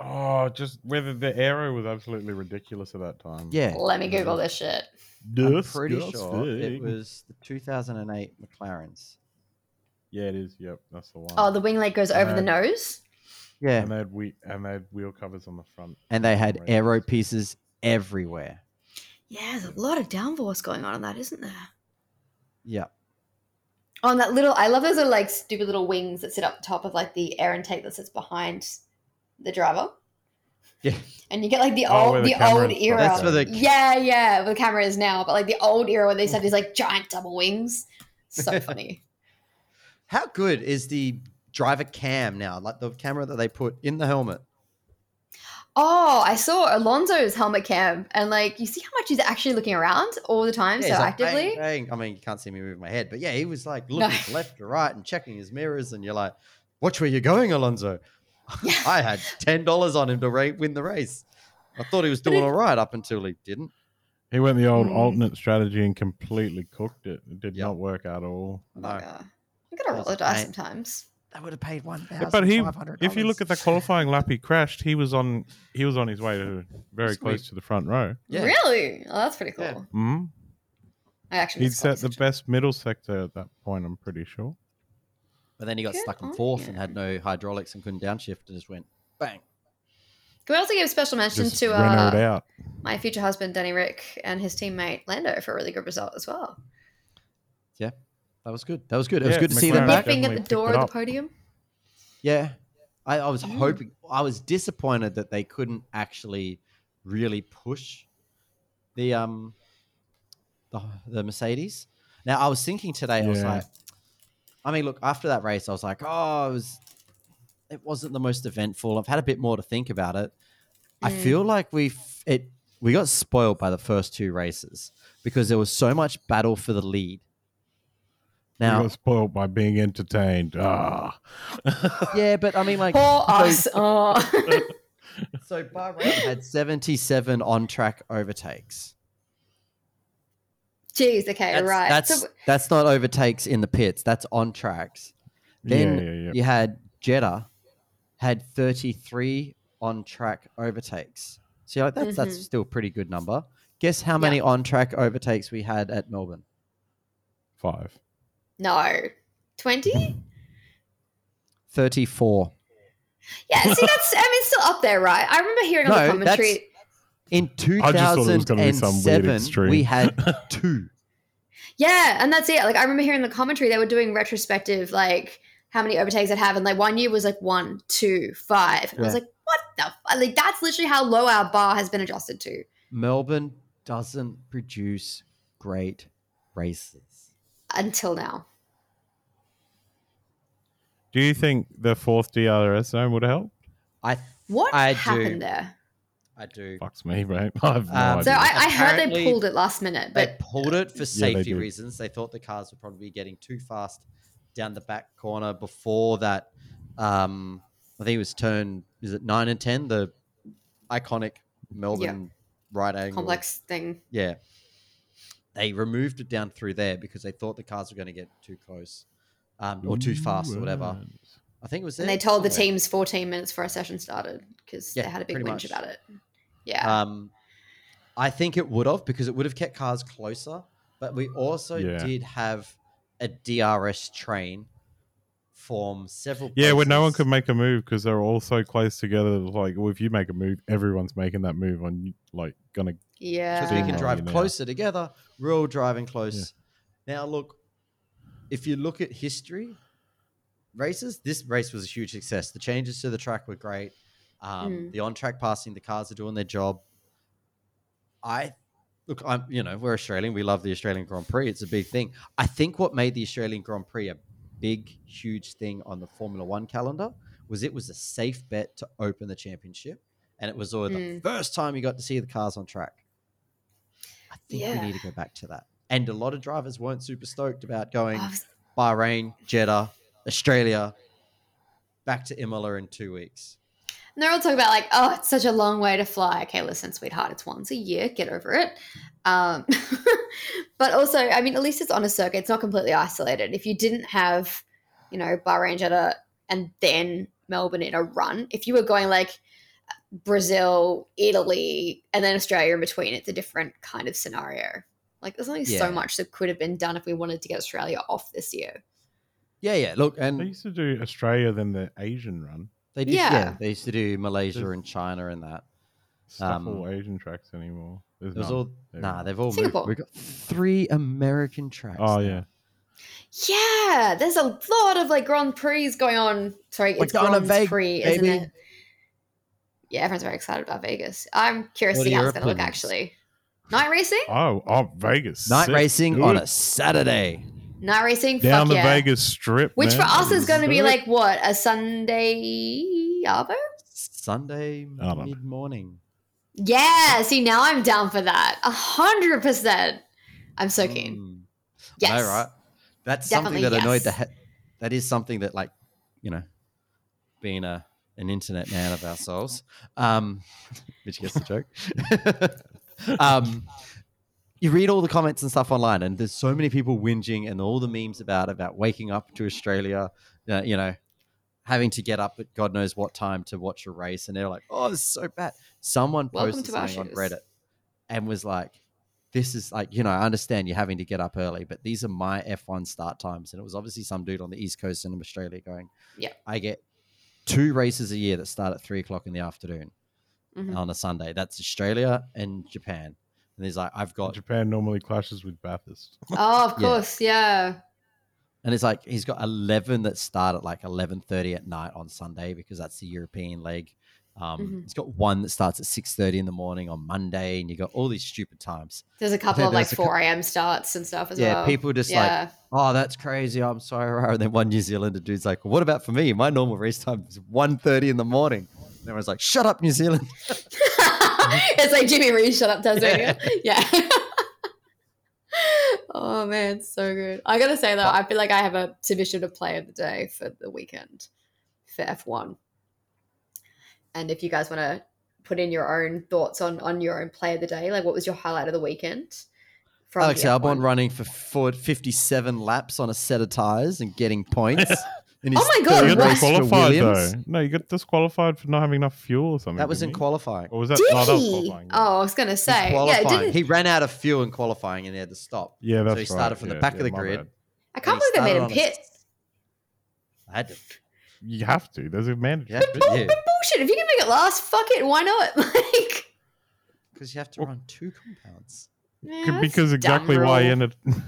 S2: Oh, just whether the aero was absolutely ridiculous at that time.
S1: Yeah,
S3: Let me Google this shit.
S1: I'm
S2: Disgusting.
S1: pretty sure it was the 2008 McLarens.
S2: Yeah, it is. Yep, that's the one.
S3: Oh, the wing leg goes over the
S2: Uh,
S3: nose.
S1: Yeah.
S2: and they had we and they had wheel covers on the front.
S1: And they had
S2: Right.
S1: aero pieces everywhere.
S3: Yeah, there's a lot of downforce going on in that, isn't there?
S1: Yeah.
S3: On that little, I love those little like stupid little wings that sit up top of like the air intake that sits behind the driver.
S1: Yeah.
S3: And you get like the
S2: Oh,
S3: old,
S2: where the
S3: the
S2: camera
S3: old
S2: is-
S3: era.
S1: That's for the
S3: yeah, yeah, where the camera is now, but like the old era where they had these like giant double wings. So funny.
S1: How good is the driver cam now? Like the camera that they put in the helmet.
S3: Oh, I saw Alonso's helmet cam, and like you see how much he's actually looking around all the time, so
S1: it's like bang,
S3: actively.
S1: bang. I mean, you can't see me moving my head, but yeah, he was like looking to left to right and checking his mirrors, and you're like, "Watch where you're going, Alonso."
S3: Yeah.
S1: I had ten dollars on him to ra- win the race. I thought he was doing
S3: it-
S1: all right up until he didn't.
S2: He went the old
S3: Mm.
S2: alternate strategy and completely cooked it. It did
S1: Yep.
S2: not work at all.
S1: No.
S3: Yeah. I gotta roll
S1: That's
S3: the dice
S1: right.
S3: sometimes.
S1: That would have paid one thousand.
S2: but he, if you look at the qualifying lap, he crashed. He was on, he was on his way to very
S1: Sweet.
S2: close to the front row.
S1: yeah,
S3: Really? Oh, that's pretty cool.
S1: Yeah.
S2: Mm-hmm.
S3: I actually
S2: He'd
S3: missed quite
S2: set the
S3: a section.
S2: best middle sector at that point. I'm pretty sure.
S1: but then he got
S3: Good
S1: stuck in
S3: on
S1: fourth
S3: him.
S1: and had no hydraulics and couldn't downshift and just went bang.
S3: Can we also give special mention
S2: Just
S3: to
S2: Renault
S3: uh,
S2: out.
S3: my future husband Danny Rick and his teammate Lando for a really good result as well?
S1: That was good. That was good. It was
S2: Yeah,
S1: good to see them
S2: McLaren
S1: back.
S2: did.
S3: Nipping at
S2: definitely
S3: the
S2: picked
S3: door
S2: it
S3: of
S2: up.
S3: the podium.
S1: Yeah. I, I was
S3: Mm.
S1: hoping, I was disappointed that they couldn't actually really push the um the, the Mercedes. Now I was thinking today, I was
S2: Yeah.
S1: like, I mean, look, after that race, I was like, oh, it was, it wasn't the most eventful. I've had a bit more to think about it. I
S3: Mm.
S1: feel like we f- it we got spoiled by the first two races because there was so much battle for the lead.
S2: He
S1: Now,
S2: got spoiled by being entertained. Ah,
S1: yeah, but I mean, like,
S3: Poor
S1: those-
S3: us. Oh.
S1: So Bahrain had 77 on track overtakes.
S3: Jeez. Okay.
S1: That's,
S3: right.
S1: That's,
S3: so,
S1: that's not overtakes in the pits, that's on tracks. Then
S2: yeah, yeah, yeah.
S1: you had Jeddah had 33 on track overtakes. So you're like, that's, that's
S3: Mhm.
S1: still a pretty good number. Guess how
S3: Yeah.
S1: many on track overtakes we had at Melbourne?
S2: Five.
S3: no. Twenty.
S1: 34.
S3: Yeah. See, that's. I mean, it's still up there, right? I remember hearing on the
S1: No,
S3: commentary.
S1: In
S2: I just thought it was gonna be some weird
S1: 2007,
S2: extreme.
S1: we had two.
S3: Yeah, and that's it. Like I remember hearing the commentary, they were doing retrospective, like how many overtakes I'd have, and like one year was like one, two, five. And I was
S1: Yeah.
S3: like, what the? F-? Like that's literally how low our bar has been adjusted to.
S1: Melbourne doesn't produce great races.
S3: until now.
S2: Do you think the fourth DRS zone would have helped?
S1: I
S3: What
S1: I do.
S3: happened there?
S1: I do.
S2: Fucks me, right? I have no
S1: Um,
S2: idea.
S3: So I, I heard they
S1: Apparently,
S3: pulled it last minute,
S1: they
S3: but
S1: pulled it for
S2: Yeah, they
S1: safety
S2: did.
S1: reasons. They thought the cars were probably getting too fast down the back corner before that. Um, I think it was turn is it nine and ten, the iconic Melbourne right angle.
S3: complex thing.
S1: Yeah, they removed it down through there because they thought the cars were going to get too close um, or too fast or whatever. I think it was.
S3: And
S1: there
S3: they told the
S1: somewhere.
S3: teams 14 minutes before our session started because
S1: Yeah,
S3: they had a big
S1: pretty much.
S3: whinge about it. Yeah.
S1: Um, I think it would have because it would have kept cars closer. But we also
S2: Yeah.
S1: did have a DRS train form several.
S2: Yeah, where no one could
S1: places.
S2: make a move because they're all so close together. it was Like, well, if you make a move, everyone's making that move on. you- Like, gonna
S1: because we
S3: yeah.
S1: can
S2: Yeah.
S1: drive
S2: Yeah.
S1: closer together. We're all driving close. Now look, if you look at history, races. This race was a huge success. The changes to the track were great. Um,
S3: Mm.
S1: The on-track passing, the cars are doing their job. I look. I'm you know we're Australian. We love the Australian Grand Prix. It's a big thing. I think what made the Australian Grand Prix a big, huge thing on the Formula One calendar was it was a safe bet to open the championship, and it was all the
S3: Mm.
S1: first time you got to see the cars on track. I think
S3: Yeah.
S1: we need to go back to that. And a lot of drivers weren't super stoked about going
S3: I was-
S1: Bahrain, Jeddah, Australia, back to Imola in two weeks.
S3: And they're all talking about like, oh, it's such a long way to fly. Okay, listen, sweetheart, it's once a year. Get over it. Um, but also, I mean, at least it's on a circuit. It's not completely isolated. If you didn't have, you know, Bahrain, Jeddah, and then Melbourne in a run, if you were going like Brazil, Italy, and then Australia in between, it's a different kind of scenario. Like, there's only
S1: Yeah.
S3: so much that could have been done if we wanted to get Australia off this year.
S1: Yeah, yeah. Look,
S2: They
S1: and
S2: used to do Australia, then the Asian run.
S1: They did, yeah.
S3: Yeah.
S1: They used to do Malaysia and China and that.
S2: Stuff
S1: Um,
S2: all Asian tracks anymore. There's
S1: It was
S2: none.
S1: all
S2: There we
S1: nah.
S2: go.
S1: They've all
S3: Singapore.
S1: moved. We've got three American tracks.
S2: Oh
S1: now.
S2: yeah,
S3: Yeah, there's a lot of like Grand Prix going on. Sorry,
S1: We're
S3: it's
S1: going to
S3: Grand
S1: Vegas,
S3: Prix, isn't
S1: baby.
S3: it? Yeah, everyone's very excited about Vegas. I'm curious
S1: What are
S3: to see how
S1: your
S3: it's going to look
S1: opinions?
S3: actually. Night racing?
S2: oh, oh Vegas.
S1: Night
S2: sick,
S1: racing on
S2: dude.
S1: a Saturday.
S3: Night racing?
S2: down
S3: Fuck
S2: the
S3: yeah.
S2: Vegas Strip,
S3: Which for
S2: man.
S3: us is
S2: Let's
S3: going to
S2: do
S3: be
S2: it.
S3: like what? A Sunday Arvo?
S1: Sunday
S2: I don't know.
S1: mid morning.
S3: Yeah, see, now I'm down for that. A 100%. I'm so keen. Yes.
S1: No, Mm, right? That's
S3: Definitely
S1: something that annoyed the.
S3: yes.
S1: He- that is something that, like, you know, being a an internet man of ourselves, um, which gets the joke. um, you read all the comments and stuff online, and there's so many people whinging and all the memes about about waking up to Australia, uh, you know, having to get up at God knows what time to watch a race, and they're like, "Oh, it's so bad." Someone
S3: Welcome
S1: posted
S3: to our
S1: something on
S3: shoes.
S1: Reddit and was like, "This is like, you know, I understand you're having to get up early, but these are my F1 start times." And it was obviously some dude on the east coast in Australia going,
S3: Yeah.
S1: I get two races a year that start at three o'clock in the afternoon
S3: Mhm.
S1: on a Sunday. That's Australia and Japan." And he's like, "I've got
S2: Japan normally clashes with Bathurst.
S3: Oh, of
S1: Yeah.
S3: course. Yeah.
S1: And it's like he's got eleven that start at like eleven thirty at night on Sunday because that's the European leg. Um,
S3: Mhm.
S1: He's got one that starts at six thirty in the morning on Monday, and you got all these stupid times.
S3: There's a couple
S1: Yeah,
S3: of like
S1: there's a cou-
S3: 4 a.m. starts and stuff as
S1: yeah,
S3: well.
S1: people just like,
S3: yeah.
S1: oh, that's crazy. I'm sorry. rah." And then one New Zealander dude's like, what about for me? My normal race time is one thirty in the morning. And everyone's like, shut up, New Zealand. Mm-hmm.
S3: it's like Jimmy Reed, shut up, Tasmania. Yeah. oh man, so good. I gotta say though, I feel like I have a submission to play of the day for the weekend for F1. And if you guys want to put in your own thoughts on on your own play of the day, like what was your highlight of the weekend? From
S1: Alex
S3: the
S1: Albon
S3: F1?
S1: running for forward fifty-seven laps on a set of tires and getting points. in
S3: Oh
S1: his
S3: my God,
S1: third
S2: you
S3: what?
S2: got
S1: race for
S2: disqualified though.
S1: Williams.
S2: No, you got disqualified for not having enough fuel or something.
S1: That was in
S2: didn't you?
S1: qualifying.
S2: Or was that?
S3: Did
S2: no, that was
S3: he?
S2: qualifying, yeah.
S3: Oh, I was gonna
S1: in
S3: say, yeah,
S1: qualifying.
S3: didn't
S1: he ran out of fuel in qualifying and he had to stop.
S2: yeah, that's
S1: he
S2: right.
S1: started from the
S2: Yeah,
S1: back of
S2: yeah,
S1: the
S2: my
S1: grid.
S2: bad.
S3: I can't
S1: he
S3: believe they
S1: started
S3: made him
S1: on a-
S3: pit.
S1: I had to.
S2: You have to. There's a mandatory.
S1: Yeah,
S3: But, bull- but bullshit, if you can make it last, fuck it, why not? Like,
S1: because you have to
S2: Well-
S1: run two compounds.
S3: yeah,
S2: C-
S3: that's
S2: Because
S3: a
S2: exactly
S3: dumb
S2: why he
S3: rule.
S2: ended.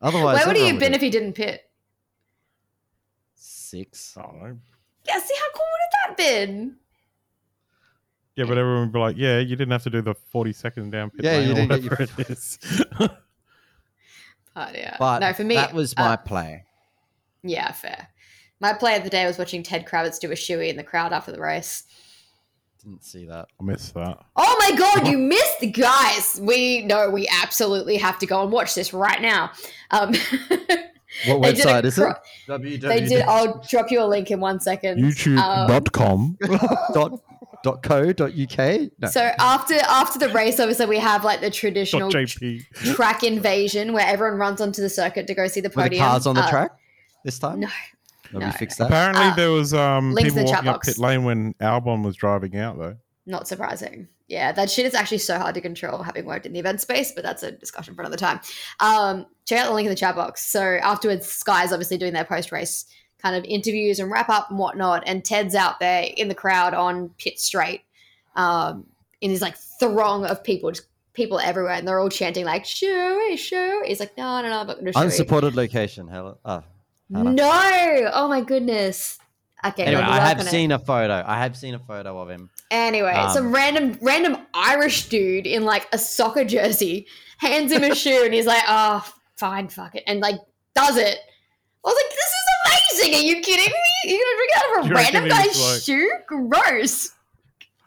S1: Otherwise,
S3: Where would he
S1: everyone
S3: have been
S1: do
S3: if he didn't pit?
S1: six?
S2: I don't know.
S3: Yeah, see how cool would have that been?
S2: Yeah, but everyone would be like, "Yeah, you didn't have to do the forty second down pit
S1: Yeah,
S2: lane
S1: you
S2: or
S1: didn't get your-
S2: whatever it is."
S3: But yeah,
S1: But
S3: no, for me
S1: that was
S3: uh,
S1: my play.
S3: yeah, fair. My play of the day was watching Ted Kravitz do a shoey in the crowd after the race.
S1: Didn't see that.
S2: I missed that.
S3: Oh my god, you missed the guys. We know we absolutely have to go and watch this right now. Um,
S1: What
S3: they did a
S1: website is
S3: cro-
S1: it? W
S3: They did. I'll drop you a link in one second. Um,
S2: YouTube.com.
S1: dot dot co dot uk. No.
S3: So after after the race, obviously we have like the traditional
S2: JP.
S3: track invasion where everyone runs onto the circuit to go see the
S1: Were
S3: podium.
S1: the cars on the
S3: Uh,
S1: track this time?
S3: no,
S1: Let me
S3: no.
S1: fix that.
S2: Apparently,
S3: Uh,
S2: there was um,
S3: links in
S2: people
S3: the chat
S2: walking up
S3: box.
S2: pit lane when Albon was driving out, though.
S3: Not surprising. Yeah, that shit is actually so hard to control having worked in the event space, but that's a discussion for another time. Um, check out the link in the chat box. So afterwards, Sky's obviously doing their post race kind of interviews and wrap up and whatnot, and Ted's out there in the crowd on pit straight, um, in his like throng of people, just people everywhere, and they're all chanting like "Sure, sure." He's like, "No, no, no, I'm not going to."
S1: Unsupported location. Helen. Oh. Hannah.
S3: No! Oh my goodness. Okay.
S1: Anyway,
S3: let me
S1: I
S3: work
S1: have
S3: on it.
S1: seen a photo. I have seen a photo of him.
S3: Anyway, some
S1: Um,
S3: random random Irish dude in like a soccer jersey hands him a shoe and he's like, "Oh, fine, fuck it," and like does it. I was like, "This is amazing! Are you kidding me? You're gonna drink out of
S2: You
S3: a
S2: reckon
S3: random guy's
S2: he's like-
S3: shoe? Gross!"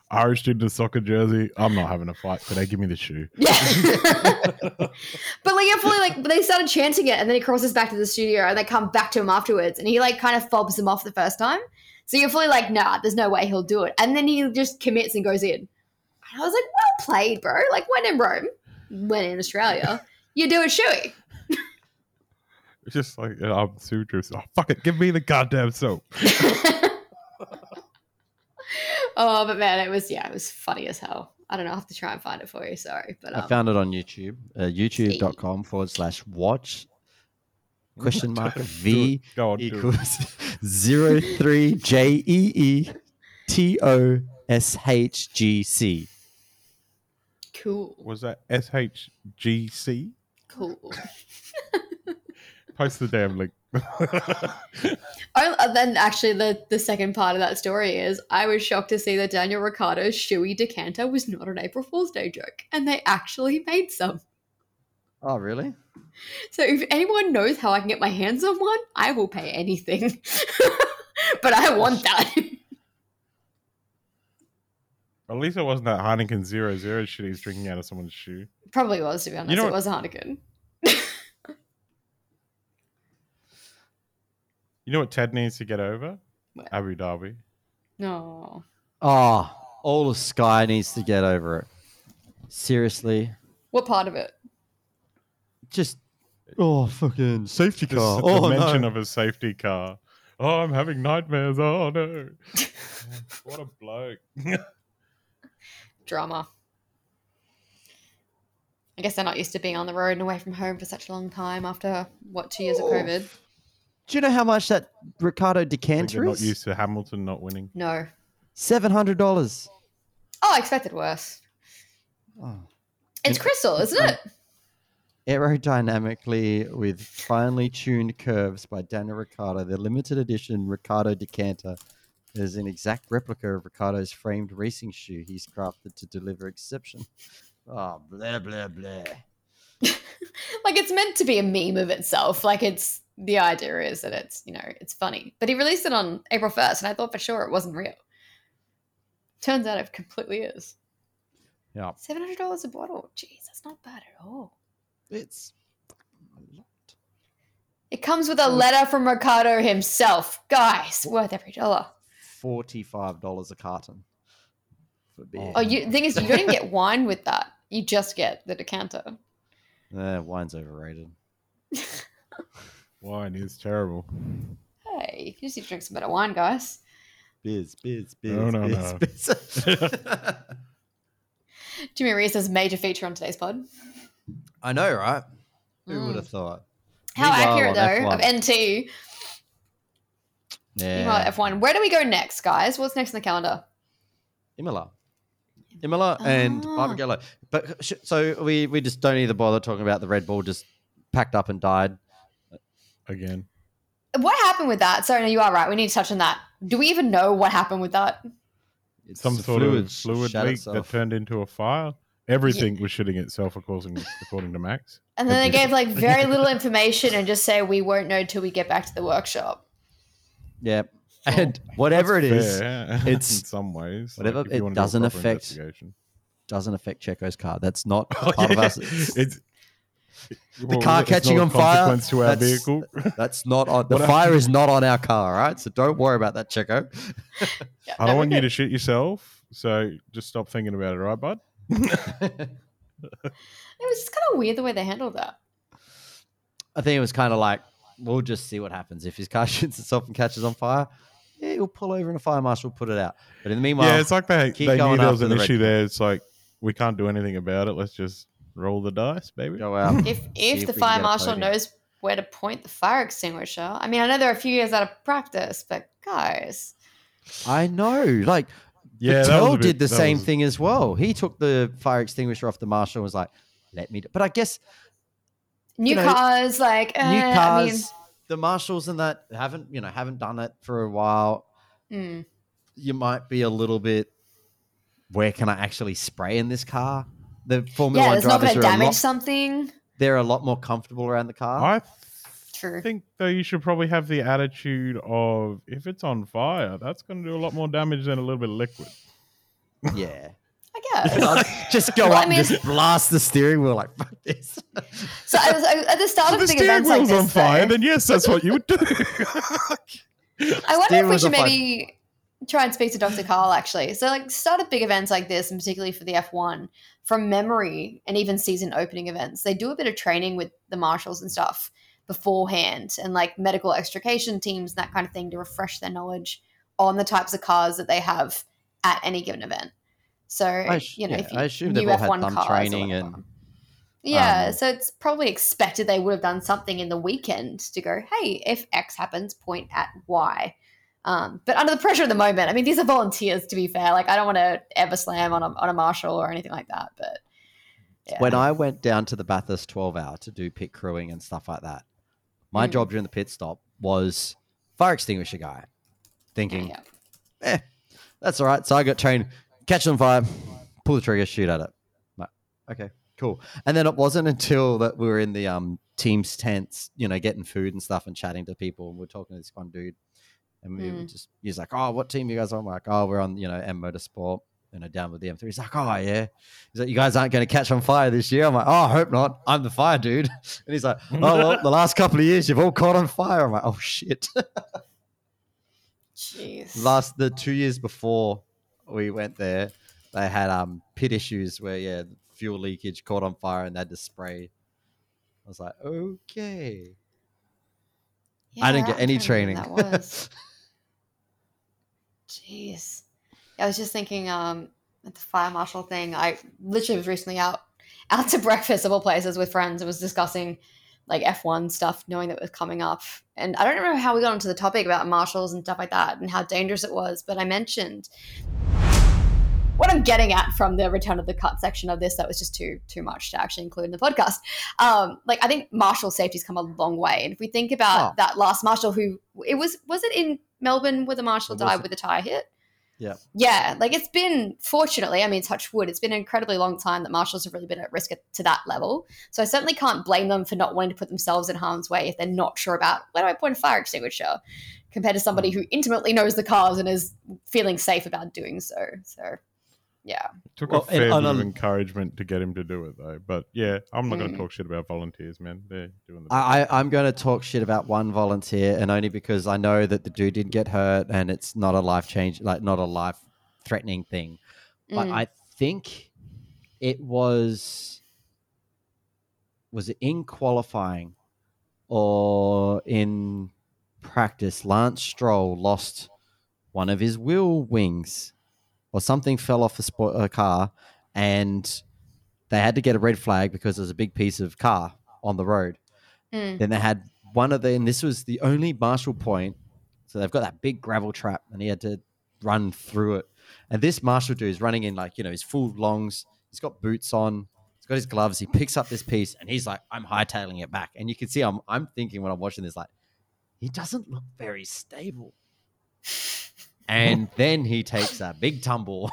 S2: Irish dude in a soccer jersey. I'm not having a fight today. Give me the shoe.
S3: Yeah. but like, yeah, fully like they started chanting it, and then he crosses back to the studio, and they come back to him afterwards, and he like kind of fobs them off the first time. So you're fully like, nah, there's no way he'll do it, and then he just commits and goes in. And I was like, well played, bro. Like when in Rome, when in Australia, you do a shoey.
S2: It's just like, yeah, I'm super juicy. Oh, fuck it. Give me the goddamn soap.
S3: oh, but man, it was yeah, it was funny as hell. I don't know. I will have to try and find it for you. Sorry, but um,
S1: I found it on YouTube. Uh, YouTube.com forward slash watch question mark
S2: Do
S1: V
S2: it. Go on. do it.
S1: equals zero three J E E T O S H G C.
S3: Cool.
S2: Was that SHGC?
S3: Cool.
S2: Post the damn link.
S3: Oh, and then actually, the, the second part of that story is I was shocked to see that Daniel Ricciardo's shoey decanter was not an April Fool's Day joke, and they actually made some.
S1: Oh, really?
S3: So if anyone knows how I can get my hands on one, I will pay anything. but I want that.
S2: At least it wasn't that Heineken Zero Zero shit he's drinking out of someone's shoe.
S3: Probably was, to be honest.
S2: know
S3: it
S2: what-
S3: was Hardigan.
S2: You know what Ted needs to get over?
S3: What?
S2: Abu Dhabi.
S3: No.
S1: Oh, all of Sky needs to get over it. Seriously.
S3: What part of it?
S1: Just. Oh, fucking safety
S2: Just the
S1: Oh,
S2: mention of a safety car. Oh, I'm having nightmares. Oh no. what a bloke.
S3: Drama. I guess they're not used to being on the road and away from home for such a long time after, what, two years of COVID?
S1: Oh. Do you know how much that Ricardo
S2: I think they're
S1: decanter
S2: not
S1: is?
S2: used to Hamilton not winning.
S3: No.
S1: $700.
S3: Oh, I expected worse.
S1: Oh.
S3: It's crystal, isn't it?
S1: Aerodynamically with finely tuned curves by Daniel Ricciardo, the limited edition Ricciardo decanter is an exact replica of Ricciardo's framed racing shoe he's crafted to deliver exception. Oh, blah, blah, blah.
S3: Like it's meant to be a meme of itself. Like it's the idea is that it's you know it's funny. But he released it on April first, and I thought for sure it wasn't real. Turns out it completely is.
S1: Yeah.
S3: Seven hundred dollars a bottle. Jeez, that's not bad at all.
S1: It's a lot.
S3: It comes with a letter from Ricardo himself, guys. Worth every dollar.
S1: $45 a carton for beer.
S3: Oh, you the thing is, you don't even get wine with that. You just get the decanter.
S1: Eh, wine's overrated.
S2: Wine is terrible.
S3: Hey, you just need to drink some better wine, guys.
S1: Beers, beers, beers,
S2: No, no,
S1: beers,
S2: no.
S1: beers.
S3: Jimmy Reese's major feature on today's pod.
S1: I know, right? Who
S3: Mm.
S1: would have thought?
S3: How
S1: Meanwhile,
S3: accurate
S1: on
S3: though
S1: F1.
S3: of NT.
S1: Yeah.
S3: Meanwhile, F1. Where do we go next, guys? What's next on the calendar?
S1: Imola. Imola and
S3: Ah.
S1: Barbagallo. But sh- so we, we just don't either bother talking about the Red Bull just packed up and died.
S2: Again.
S3: What happened with that? Sorry, no, you are right. We need to touch on that. Do we even know what happened with that?
S1: It's
S2: Some
S1: the
S2: sort of
S1: sh-
S2: fluid
S1: shat
S2: leak that
S1: itself.
S2: turned into a fire. Everything was shitting itself according according to Max.
S3: And then they gave like very little information and just say we won't know till we get back to the workshop.
S1: yeah. And whatever it is,
S2: Oh, Fair,
S1: it's-
S2: in some ways.
S1: whatever,
S2: if you
S1: it
S2: wanna do a
S1: doesn't
S2: proper
S1: affect-
S2: investigation.
S1: doesn't affect Checo's car. That's not
S2: Oh,
S1: part of
S2: yeah.
S1: us. It's-
S2: It's the
S1: car catching on fire,
S2: Consequence to our
S1: that's-
S2: vehicle.
S1: that's not on. The
S2: What I-
S1: fire is not on our car, all right? So don't worry about that, Checo.
S2: I
S3: Yeah, no,
S2: don't
S3: we're
S2: want you
S3: good.
S2: to shit yourself, so just stop thinking about it, right, bud?
S3: It was just kind of weird the way they handled that.
S1: I think it was kind of like, we'll just see what happens. If his car shoots itself and catches on fire, yeah, he'll pull over and a fire marshal will put it out. But in the meanwhile,
S2: yeah, it's like they
S1: keep
S2: they knew
S1: going
S2: there was
S1: after
S2: an
S1: the red
S2: issue there. It's like we can't do anything about it. Let's just roll the dice, baby.
S1: go out.
S3: If
S1: See if
S3: if the
S1: we can get
S3: fire
S1: a
S3: marshal
S1: podium.
S3: knows where to point the fire extinguisher, I mean, I know they're a few years out of practice, but guys,
S1: I know. Like,
S2: Yeah, that was a
S1: Patel
S2: bit-
S1: did the
S2: that
S1: same
S2: was-
S1: thing as well. He took the fire extinguisher off the marshal and was like, let me. Do-. But I guess
S3: new
S1: You know,
S3: cars, like uh,
S1: new
S3: I
S1: cars,
S3: mean,
S1: the marshals and that haven't, you know, haven't done it for a while.
S3: mm.
S1: You might be a little bit, where can I actually spray in this car? The Formula One
S3: it's not
S1: drivers
S3: going
S1: are
S3: to
S1: a
S3: damage
S1: lot,
S3: something.
S1: they're a lot more comfortable around the car.
S2: I
S3: True.
S2: think though you should probably have the attitude of if it's on fire, that's going to do a lot more damage than a little bit of liquid.
S1: Yeah.
S3: I guess.
S1: just go
S3: Well, I
S1: up
S3: mean-
S1: and just blast the steering wheel like fuck this.
S3: so I was, I, at the start
S2: If
S3: of
S2: the
S3: big
S2: steering
S3: events like
S2: wheel's
S3: this,
S2: on fire,
S3: though,
S2: then yes, that's what you would do.
S3: I wonder
S1: steering
S3: if we
S1: wheel's
S3: should
S1: on fire.
S3: maybe try and speak to Dr. Carl actually. So like start at big events like this, and particularly for the F1, from memory and even season opening events, they do a bit of training with the marshals and stuff beforehand, and like medical extrication teams, that kind of thing, to refresh their knowledge on the types of cars that they have at any given event. So
S1: I sh-
S3: you know,
S1: yeah,
S3: if you
S1: I assume
S3: knew
S1: they've all had
S3: F1
S1: some
S3: cars or
S1: training and-
S3: whatever. Yeah,
S1: Um,
S3: so it's probably expected they would have done something in the weekend to go, hey, if X happens, point at Y. Um, but under the pressure of the moment, I mean, these are volunteers, to be fair. Like, I don't want to ever slam on a, on a marshal or anything like that. But yeah.
S1: When I went down to the Bathurst 12 hour to do pit crewing and stuff like that, my
S3: Mm.
S1: job during the pit stop was fire extinguisher guy, thinking,
S3: yeah.
S1: eh, that's all right. So I got trained, catch it on fire, pull the trigger, shoot at it. I'm like, okay, cool. And then it wasn't until that we were in the um team's tents, you know, getting food and stuff and chatting to people, and we're talking to this one dude, and we were
S3: Mm.
S1: just he's like, oh, what team you guys on? I'm like, oh, we're on, you know, M Motorsport. You know, down with the M3. He's like, oh yeah. He's like, you guys aren't going to catch on fire this year. I'm like, oh, I hope not. I'm the fire dude. And he's like, oh well, the last couple of years you've all caught on fire. I'm like, oh shit
S3: Jeez.
S1: last the two years before we went there, they had um pit issues where yeah, fuel leakage caught on fire and they had to spray. I was like, okay. I didn't
S3: Yeah,
S1: get any
S3: trying to
S1: training.
S3: remember when That was. Jeez. I was just thinking um, at the fire marshal thing. I literally was recently out out to breakfast of all places with friends and was discussing like F1 stuff, knowing that it was coming up. And I don't remember how we got onto the topic about marshals and stuff like that and how dangerous it was, but I mentioned what I'm getting at from the return of the cut section of this that was just too too much to actually include in the podcast. Um, like I think marshal safety's come a long way, and if we think about
S1: Oh.
S3: that last marshal who it was was it in Melbourne where the marshal
S1: It was
S3: died
S1: in-
S3: with a tire hit?
S1: Yeah.
S3: yeah. Like it's been fortunately, I mean, touch wood, it's been an incredibly long time that marshals have really been at risk at, to that level. So I certainly can't blame them for not wanting to put themselves in harm's way if they're not sure about where do I point a fire extinguisher compared to
S1: Hmm.
S3: somebody who intimately knows the cars and is feeling safe about doing so. So yeah.
S2: Took
S1: Well,
S2: a
S1: and
S2: fair bit
S1: on
S2: of
S1: a-
S2: encouragement to get him to do it though. But yeah, I'm not going
S3: Mm.
S2: to talk shit about volunteers, man. They're doing the
S1: I, I I'm gonna talk shit about one volunteer and only because I know that the dude did get hurt and it's not a life change like not a life threatening thing. But
S3: Mm.
S1: I think it was was it in qualifying or in practice Lance Stroll lost one of his wheel wings or something fell off a, spo- a car and they had to get a red flag because there's a big piece of car on the road
S3: Mm.
S1: then they had one of the, and this was the only marshal point. So they've got that big gravel trap, and he had to run through it. And this marshal dude is running in like you know his full longs. He's got boots on. He's got his gloves. He picks up this piece, and he's like, "I'm hightailing it back." And you can see I'm I'm thinking when I'm watching this, like, he doesn't look very stable. And then he takes a big tumble,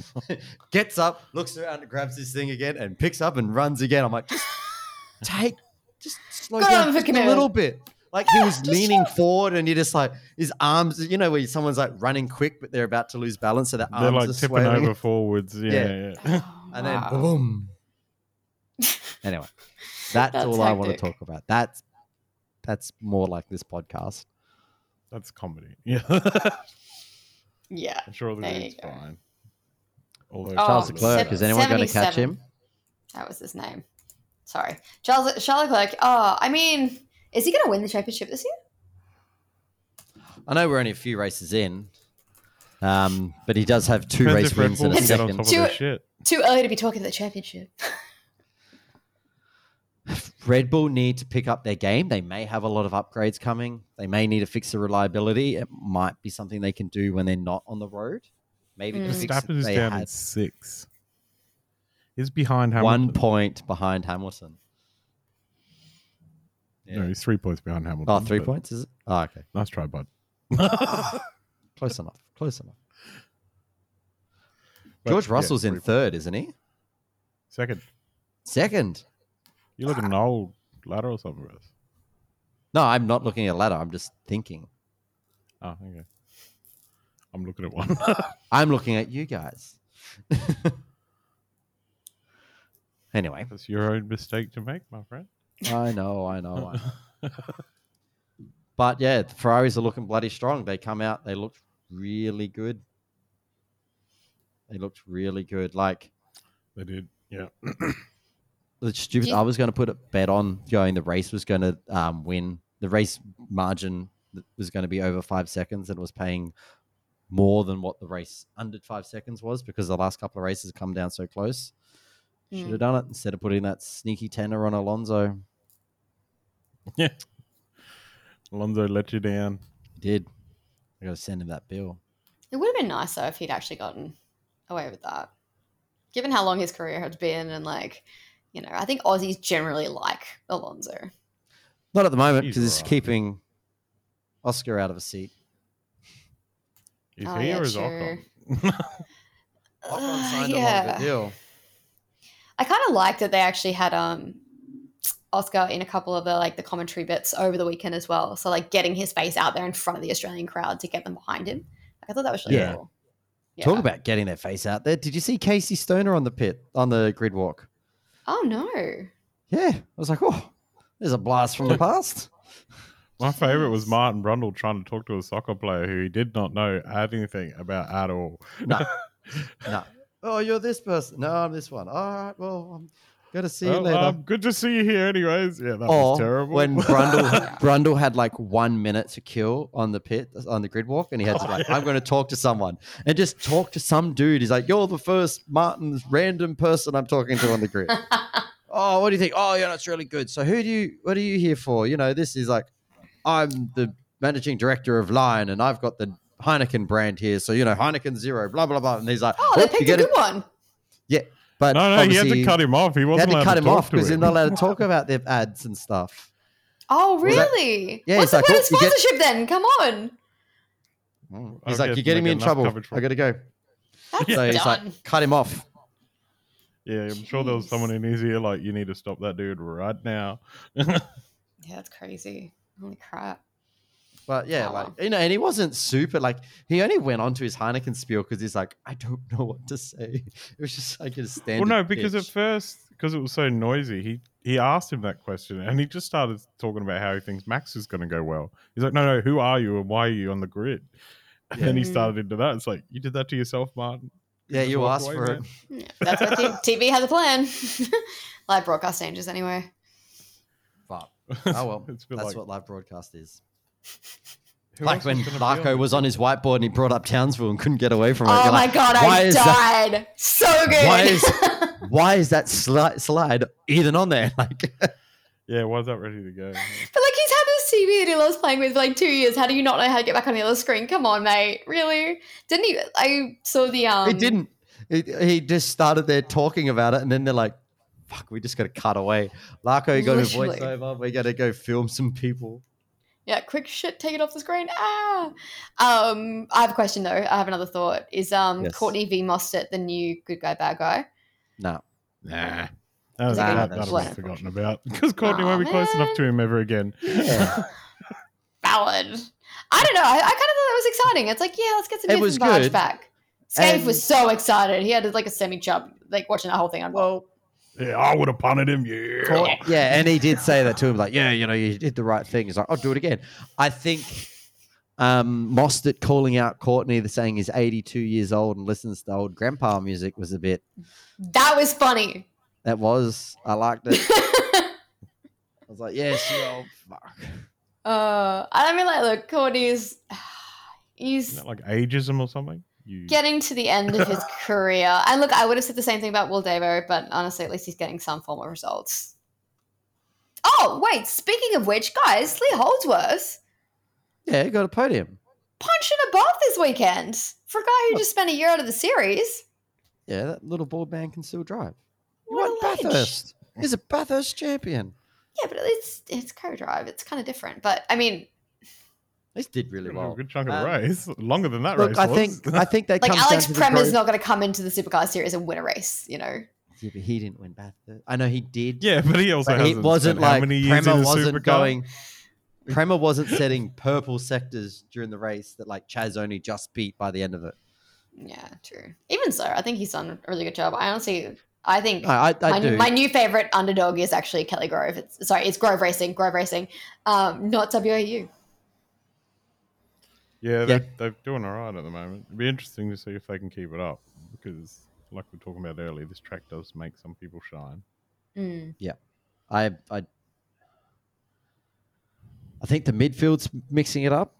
S1: gets up, looks around, grabs this thing again, and picks up and runs again. I'm like, just take, just slow
S3: Good on
S1: down
S3: him for
S1: just a
S3: commitment.
S1: little bit. Like he
S3: Yeah,
S1: was
S3: just
S1: leaning forward, and you just like his arms. You know, where someone's like running quick, but they're about to lose balance, so their
S2: They're
S1: arms
S2: like
S1: are
S2: tipping
S1: swaying.
S2: over forwards. Yeah,
S1: Yeah.
S2: yeah.
S3: Oh,
S1: and then
S3: wow.
S1: boom. anyway, that's,
S3: That's
S1: all I want to
S3: hectic.
S1: talk about. That's that's more like this podcast.
S2: that's comedy. Yeah, I'm
S3: yeah.
S2: sure the
S3: There you
S2: dude's
S3: go.
S2: fine. Although
S3: Oh,
S1: Charles
S3: Um,
S1: Leclerc.
S3: seven-
S1: Is anyone going to catch
S3: 77.
S1: him?
S3: That was his name. Sorry. Charles Charles Leclerc. Oh, I mean, is he gonna win the championship this year?
S1: I know we're only a few races in, um, but he does have two
S2: Depends
S1: race
S2: if Red
S1: wins
S2: Bull
S1: and a
S2: can get on
S1: second.
S2: top of
S3: Two-
S2: their shit.
S3: Too early to be talking about the championship.
S1: Red Bull need to pick up their game. They may have a lot of upgrades coming. They may need to fix the reliability. It might be something they can do when they're not on the road. Maybe
S3: Mm.
S1: to fix
S2: Verstappen
S1: it,
S2: is
S1: they
S2: down
S1: had
S2: at six. He's behind Hamilton.
S1: one point behind Hamilton. Yeah.
S2: No, he's three points behind Hamilton.
S1: oh, three
S2: but
S1: points is it? Oh, okay,
S2: Nice try, bud.
S1: close enough. Close enough.
S2: But,
S1: George
S2: yeah,
S1: Russell's in
S2: three-
S1: third, isn't he?
S2: Second.
S1: Second.
S2: You look at an old ladder or something, Russ.
S1: No, I'm not looking at a ladder. I'm just thinking.
S2: Oh, okay. I'm looking at one.
S1: I'm looking at you guys. anyway,
S2: That's your own mistake to make, my friend.
S1: I know, I know, I know. But yeah, the Ferraris are looking bloody strong. They come out, they looked really good. They looked really good. Like
S2: they did. Yeah.
S1: the stupid,
S3: Do you-
S1: I was going to put a bet on going. The race was going to um, win. The race margin was going to be over five seconds, and it was paying more than what the race under five seconds was because the last couple of races come down so close. Should
S3: Mm.
S1: have done it instead of putting that sneaky tenner on Alonso.
S2: Alonso let you down.
S1: He did. I got to send him that bill.
S3: It would have been nicer if he'd actually gotten away with that, given how long his career had been, and like, you know, I think Aussies generally like Alonso.
S1: Not at the moment
S2: He's
S1: because it's
S2: alright.
S1: keeping Oscar out of a seat.
S2: Is
S3: Oh,
S2: he
S3: yeah,
S2: or is
S3: true.
S2: Ocon?
S3: Uh,
S1: deal.
S3: I kind of liked that they actually had um Oscar in a couple of the like the commentary bits over the weekend as well. So like getting his face out there in front of the Australian crowd to get them behind him. I thought that was really
S1: Yeah.
S3: cool.
S1: Talk about getting their face out there. Did you see Casey Stoner on the pit on the grid walk?
S3: Oh no.
S1: Yeah, I was like, oh, there's a blast from the past.
S2: My favorite was
S3: Jeez.
S2: Martin Brundle trying to talk to a soccer player who he did not know anything about at all.
S1: No, no. Oh, you're this person. No, I'm this one. All right, well, I'm gonna see you
S2: Well,
S1: later.
S2: um, good to see you here, anyways. Yeah, that was
S1: or
S2: terrible.
S1: when Brundle Brundle had like one minute to kill on the pit on the grid walk, and he had to
S2: Oh,
S1: like,
S2: yeah.
S1: I'm going to talk to someone and just talk to some dude. He's like, "You're the first Martin's random person I'm talking to on the grid." oh, what do you think? Oh, yeah, that's really good. So who do you? What are you here for? You know, this is like, I'm the managing director of Lion, and I've got the Heineken brand here. So you know, Heineken Zero, blah blah blah. And he's like,
S3: Oh, they
S1: "Whoop, you
S3: picked a
S1: get
S3: good
S1: it."
S3: one.
S1: But
S2: no, no, he had to
S1: obviously,
S2: cut him off.
S1: He
S2: He
S1: had
S2: wasn't
S1: to
S2: allowed
S1: cut
S2: to
S1: him
S2: talk
S1: off
S2: to
S1: because they're
S2: him.
S1: not allowed to talk about their ads and stuff.
S3: Oh
S1: Was that-
S3: really?
S1: Yeah,
S3: What's
S1: it's
S3: the
S1: like,
S3: point
S1: oh,
S3: of
S1: you get-
S3: sponsorship then? Come
S1: Mm.
S2: I
S3: on.
S1: He's
S2: guess
S1: like, you're getting me
S2: make
S1: in
S2: enough
S1: trouble.
S2: coverage for
S1: I
S2: it."
S1: gotta go.
S3: That's
S1: So he's
S3: done.
S1: like, cut him off.
S2: Yeah, I'm sure there was
S3: Jeez.
S2: someone in his ear like, you need to stop that dude right now.
S3: Yeah, that's crazy. Holy crap.
S1: But yeah,
S2: Ah.
S3: Oh,
S1: like
S3: wow.
S1: you know, and he wasn't super like he only went on to his Heineken spiel because he's like, I don't know what to say. It was just like his
S2: well,
S1: standard.
S2: no, because at
S1: pitch.
S2: first, because it was so noisy, he he asked him that question and he just started talking about how he thinks Max is going to go well. He's like, no, no, who are you and why are you on the grid? And then he
S3: Yeah.
S2: started into that. It's like, you did that to yourself, Martin.
S1: yeah,
S2: just
S1: you
S2: walk
S1: asked
S2: away,
S1: for it.
S2: man.
S3: Yeah, that's what T- TV has a plan. Live broadcast changes anyway.
S1: But oh well,
S2: It's been
S1: that's
S2: like-
S1: what live broadcast is.
S2: Who
S1: like
S2: else
S1: when
S2: is gonna be on
S1: Larko
S2: it?
S1: was on his whiteboard and he brought up Townsville and couldn't get away from it.
S3: oh
S1: You're
S3: my
S1: like,
S3: god,
S1: why
S3: I
S1: is that?
S3: died. So good.
S1: Why is- Why is that sli- slide even on there? Like,
S2: Yeah, why is that ready to go?
S3: But like he's had this TV that he loves playing with for like two years. How do you not know how to get back on the other screen? Come on, mate. Really? Didn't he? I saw the um.
S1: He didn't. He, he just started there talking about it, and then they're like, "Fuck, we just got to cut away." Larko, you got to
S3: Literally.
S1: voiceover. We got to go film some people.
S3: Yeah, quick shit, take it off the screen. Ah. Um, I have a question though. I have another thought. Is um
S1: Yes.
S3: Courtney V Mostert the new good guy bad guy?
S1: No,
S2: Nah. That was,
S1: Nah,
S2: that,
S1: that's
S2: that was
S1: fine.
S2: forgotten about because Courtney won't be
S3: Aw,
S2: close enough
S3: man.
S2: to him ever again.
S1: Yeah.
S3: Valid. I don't know. I, I kind of thought that was exciting. It's like yeah, let's get some
S1: It
S3: Ethan
S1: was
S3: Barge
S1: good,
S3: back. Scave
S1: and-
S3: was so excited. He had like a semi chub, like watching that whole thing unfold.
S1: well,
S2: Yeah, I would have punted him. Yeah.
S1: Court- yeah, and he did say that to him, like, "Yeah, you know, you did the right thing." He's like, "I'll do it again." I think um, Mostert calling out Courtney, the saying he's 82 years old and listens to old grandpa music was a bit.
S3: that was funny.
S1: That was I liked it. I was like, "Yes, you old fuck."
S3: Uh, I mean, like, look, Courtney's he's
S2: Isn't that like ageism or something? You
S3: getting to the end of his career, and look, I would have said the same thing about Will Davo, but honestly, at least he's getting some form of results. Oh wait, speaking of which, guys, Lee Holdsworth
S1: Yeah, he got a podium.
S3: punching above this weekend for a guy
S1: Oh.
S3: who just spent a year out of the series.
S1: Yeah, that little bald man can still drive. You want
S3: What a ledge.
S1: Bathurst. He's a Bathurst champion.
S3: Yeah, but it's it's co-drive. It's kind of different, but I mean,
S1: This did really
S2: a
S1: well.
S2: good chunk of the
S1: Um,
S2: race. Longer than that
S1: Look,
S2: race.
S1: I
S2: was.
S1: think I think that
S3: like
S1: comes
S3: Alex
S1: down to
S3: Prem
S1: the
S3: is
S1: growth-
S3: not going to come into the Supercar series and win a race, you know.
S1: Yeah, but he didn't win Bathurst. I know he did.
S2: yeah, but he also
S1: but
S2: hasn't
S1: it wasn't
S2: spent how
S1: like
S2: many years in
S1: Prema
S2: a
S1: wasn't
S2: supercar?
S1: going. Prema wasn't setting purple sectors during the race that like Chaz only just beat by the end of it.
S3: Yeah, true. Even so, I think he's done a really good job. I honestly, I think
S1: No, I, I
S3: my,
S1: do.
S3: my new favorite underdog is actually Kelly Grove. It's sorry, it's Grove Racing, Grove Racing, um, not WAU.
S2: Yeah,
S1: Yeah.
S2: they're, they're doing all right at the moment. It'd be interesting to see if they can keep it up because, like we were talking about earlier, this track does make some people shine.
S3: Mm.
S1: I I I think the midfield's mixing it up.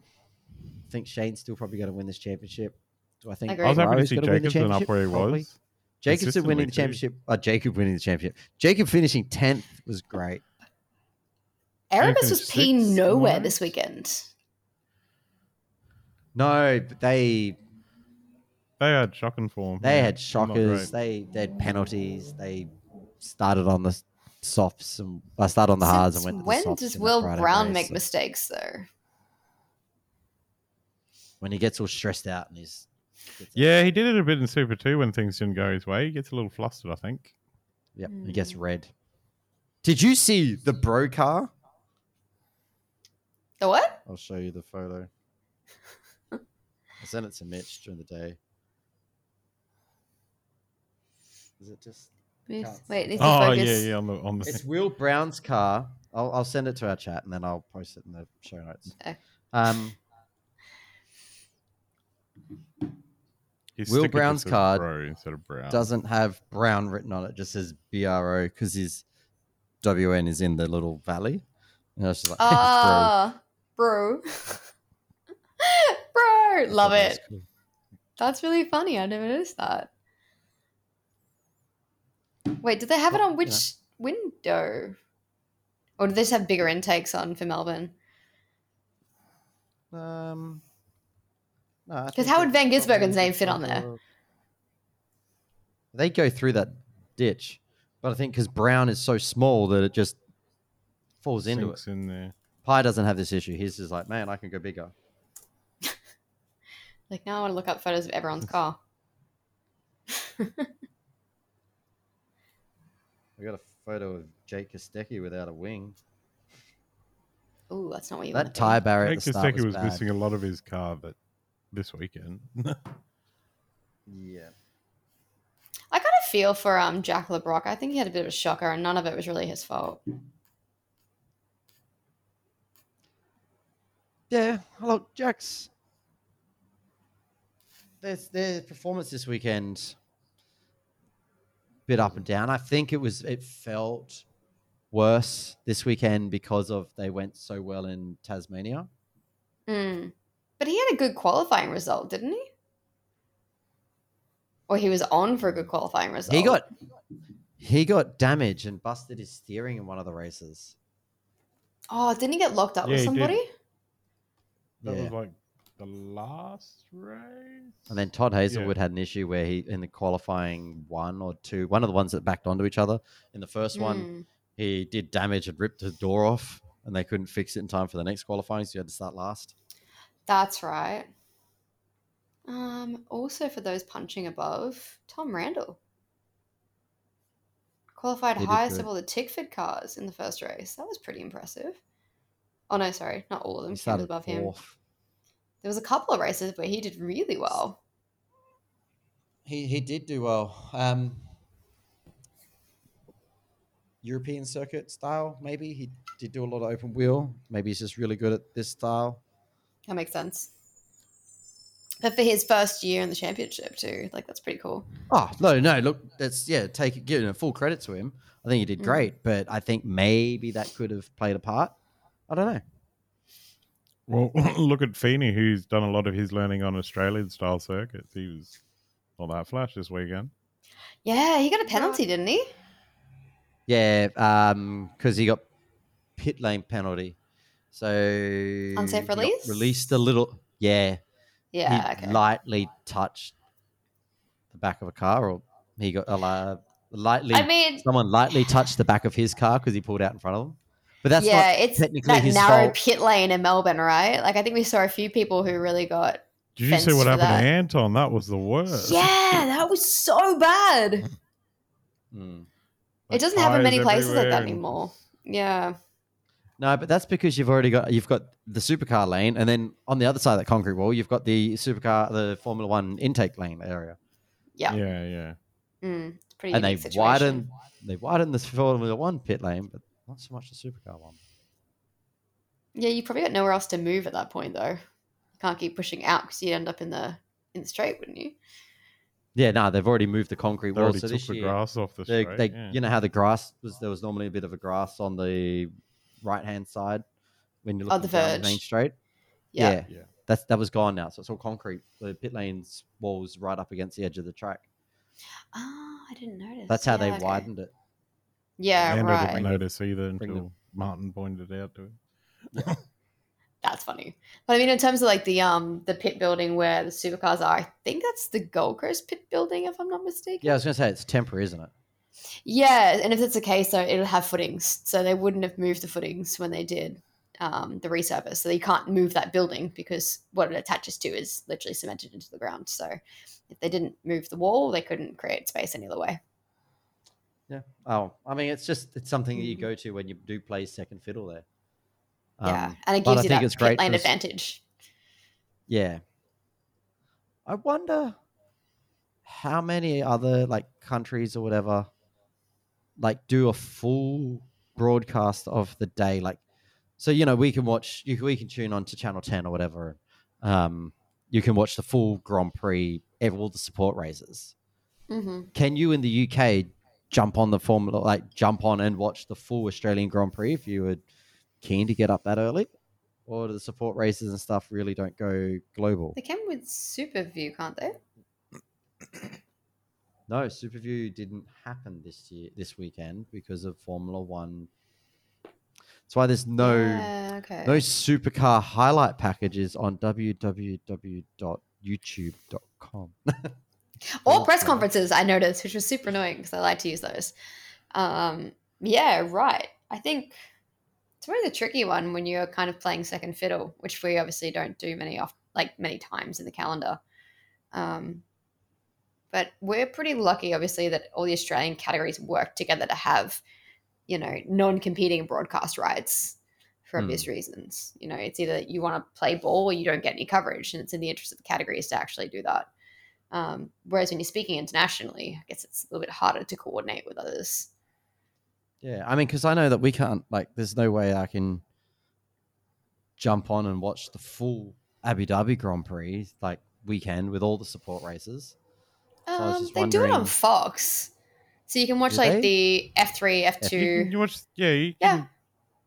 S1: I think Shane's still probably going to win this championship. Do I think
S3: Agree. I
S2: I was happy to
S1: Ferrari's
S2: see
S1: gonna win the
S2: Jacobson up
S1: championship?
S2: where he
S1: Probably.
S2: was.
S1: Jacobson
S2: Consistently
S1: winning the
S2: too.
S1: championship. Uh, Jacob winning the championship. Jacob finishing 10th was great.
S3: Erebus
S2: finished
S3: was P
S2: sixth in the
S3: nowhere
S2: race?
S3: this weekend.
S1: No, but they
S2: They had shocking form.
S1: they
S2: Yeah,
S1: had
S2: not
S1: shockers.
S2: great.
S1: They they had penalties. They started on the s- softs and uh, started on the hards and
S3: Since
S1: went. To the
S3: when
S1: softs
S3: does
S1: in the
S3: Will
S1: Friday
S3: Brown
S1: race.
S3: make mistakes though?
S1: When he gets all stressed out and he's gets that-
S2: Yeah, he did it a bit in Super 2 when things didn't go his way. He gets a little flustered, I think.
S1: Yep, he gets
S3: Mm.
S1: red. Did you see the bro car?
S3: The what?
S1: I'll show you the photo. I sent it to Mitch during the day. Is it just?
S3: Wait,
S1: Can't
S3: it
S1: see.
S3: needs to
S2: Oh,
S3: focus.
S2: yeah, yeah, on the on the
S1: It's Will Brown's car. I'll, I'll send it to our chat and then I'll post it in the show notes.
S3: Okay.
S1: Um,
S2: his
S1: Will
S2: sticker just
S1: Brown's
S2: says
S1: card
S2: bro instead of brown.
S1: doesn't have Brown written on it. Just says B R O because his WN is in the little valley. And I was just like, it's
S3: Ah, bro. bro.
S1: Bro. I
S3: Love
S1: thought that was
S3: it.
S1: cool.
S3: That's really funny. I never noticed that. Wait, did they have it on
S1: Well, you know.
S3: which window? Or do they just have bigger intakes on for Melbourne?
S1: Um, no, I
S3: 'Cause
S1: think
S3: how
S1: they-
S3: would Van
S1: I think
S3: Gisbergen's name
S1: it's
S3: fit on
S1: like
S3: there?
S1: a- They go through that ditch, but I think because Brown is so small that it just falls into it.
S2: Sinks in there.
S1: Pie doesn't have this issue. He's just like, man, I can go bigger.
S3: Like, now I want to look up photos of everyone's car.
S1: I got a photo of Jake Kostecki without a wing.
S3: Ooh, that's not what you want.
S1: That tie barrier at
S2: Jake
S1: the start
S2: Kostecki
S1: was,
S2: was
S1: bad.
S2: missing a lot of his car that this weekend.
S1: Yeah,
S3: I got a feel for um Jack LeBrock. I think he had a bit of a shocker, and none of it was really his fault.
S1: yeah. Look, Jacks. Their their performance this weekend. Bit up and down. I think it was it felt worse this weekend because of they went so well in Tasmania.
S3: Mm. But he had a good qualifying result, didn't he? Or he was on for a good qualifying result.
S1: He got he got damaged and busted his steering in one of the races.
S3: Oh, didn't he get locked up
S2: Yeah,
S3: with
S2: he did.
S3: somebody?
S2: That
S1: Yeah.
S2: was like the last race.
S1: And then Todd Hazelwood had an issue where he, in the qualifying one or two, one of the ones that backed onto each other, in the first one,
S3: Mm.
S1: he did damage and ripped the door off, and they couldn't fix it in time for the next qualifying, so you had to start last.
S3: That's right. Um, also for those punching above, Tom Randall. Qualified
S1: He did
S3: highest
S1: good.
S3: of all the Tickford cars in the first race. That was pretty impressive. Oh no, sorry, not all of
S1: He
S3: them. Few was
S1: started
S3: above him.
S1: fourth.
S3: There was a couple of races where he did really well.
S1: He he did do well. Um, European circuit style, maybe he did do a lot of open wheel. Maybe he's just really good at this style.
S3: That makes sense. But for his first year in the championship too, like that's pretty cool.
S1: Oh no, no, look, that's yeah, take it, give it full credit to him. I think he did
S3: Mm.
S1: great, but I think maybe that could have played a part. I don't know.
S2: Well, look at Feeney, who's done a lot of his learning on Australian style circuits. He was not that flash this weekend.
S3: Yeah, he got a penalty, didn't he?
S1: Yeah, um, because he got pit lane penalty, so unsafe
S3: release?
S1: released a little. Yeah,
S3: Yeah,
S1: he
S3: okay.
S1: lightly touched the back of a car, or he got a li- lightly.
S3: I mean,
S1: someone lightly touched the back of his car because he pulled out in front of them. But that's
S3: yeah,
S1: not
S3: it's
S1: technically
S3: that
S1: his
S3: narrow
S1: fault.
S3: pit lane in Melbourne, right? Like I think we saw a few people who really got.
S2: Did you
S3: Fence
S2: see what
S3: for
S2: happened to Anton? That was the worst.
S3: Yeah, that was so bad.
S1: Mm.
S3: It
S2: Like,
S3: doesn't happen
S2: tires
S3: many places like
S2: everywhere
S3: that
S2: and-
S3: anymore. Yeah,
S1: No, but that's because you've already got you've got the supercar lane, and then on the other side of that concrete wall, you've got the supercar, the Formula One intake lane area,
S3: yeah,
S2: Yeah, yeah.
S3: Mm, it's a pretty.
S1: and they
S3: unique situation.
S1: widen they widen the Formula One pit lane, but not so much the supercar one.
S3: Yeah, you probably got nowhere else to move at that point, though. You can't keep pushing out because you'd end up in the in the straight, wouldn't you?
S1: Yeah, no, they've already moved the concrete
S2: They
S1: wall.
S2: already
S1: So
S2: took
S1: this
S2: the
S1: year,
S2: grass off the
S1: they,
S2: straight.
S1: they,
S2: yeah.
S1: you know how the grass was there was normally a bit of a grass on the right hand side when you're
S3: Oh,
S1: looking
S3: the
S1: down the main
S3: verge.
S1: straight.
S3: Yeah.
S2: Yeah.
S1: That's that was gone now, so it's all concrete. The pit lane's walls right up against the edge of the track.
S3: Oh, I didn't notice.
S1: That's how they
S3: Yeah, okay.
S1: widened it.
S3: Yeah,
S2: Lando
S3: right.
S2: didn't notice either
S1: Bring
S2: until Martin pointed it out to him.
S3: That's funny. But I mean, in terms of like the um the pit building where the supercars are, I think that's the Gold Coast pit building, if I'm not mistaken.
S1: Yeah, I was going to say it's temporary, isn't it?
S3: Yeah, and if it's the case, though, it'll have footings, so they wouldn't have moved the footings when they did um, the resurface. So you can't move that building because what it attaches to is literally cemented into the ground. So if they didn't move the wall, they couldn't create space any other way.
S1: Yeah. Oh, I mean, it's just it's something that you
S3: Mhm.
S1: go to when you do play second fiddle there.
S3: yeah,
S1: Um,
S3: and it
S1: but I
S3: gives you
S1: think
S3: that
S1: it's
S3: pit
S1: great
S3: lane
S1: for s-
S3: advantage.
S1: Yeah. I wonder how many other like countries or whatever like do a full broadcast of the day like so you know we can watch you we can tune on to channel 10 or whatever um you can watch the full grand prix ev- all the support races
S3: hmm
S1: can you in the UK jump on the formula like jump on and watch the full Australian Grand Prix if you were keen to get up that early? Or do the support races and stuff really don't go global?
S3: They can with Super View, can't they?
S1: No, Superview didn't happen this year this weekend because of Formula One. That's why there's no
S3: Yeah, okay.
S1: no supercar highlight packages on www.youtube.com.
S3: or press conferences i noticed which was super annoying because i like to use those um, yeah right i think it's really the tricky one when you're kind of playing second fiddle which we obviously don't do many off like many times in the calendar um, but we're pretty lucky obviously that all the australian categories work together to have you know non-competing broadcast rights for
S1: Hmm.
S3: obvious reasons you know it's either you want to play ball or you don't get any coverage and it's in the interest of the categories to actually do that um, whereas when you're speaking internationally, I guess it's a little bit harder to coordinate with others.
S1: Yeah, I mean, because I know that we can't, like, there's no way I can jump on and watch the full Abu Dhabi Grand Prix, like, weekend with all the support races. I was
S3: Um,
S1: just
S3: they do it on
S1: wondering-
S3: Fox, so you can watch
S1: Do
S3: like
S1: they?
S3: the F three, F
S2: You,
S3: two.
S2: can watch, yeah, you
S3: Yeah.
S2: can-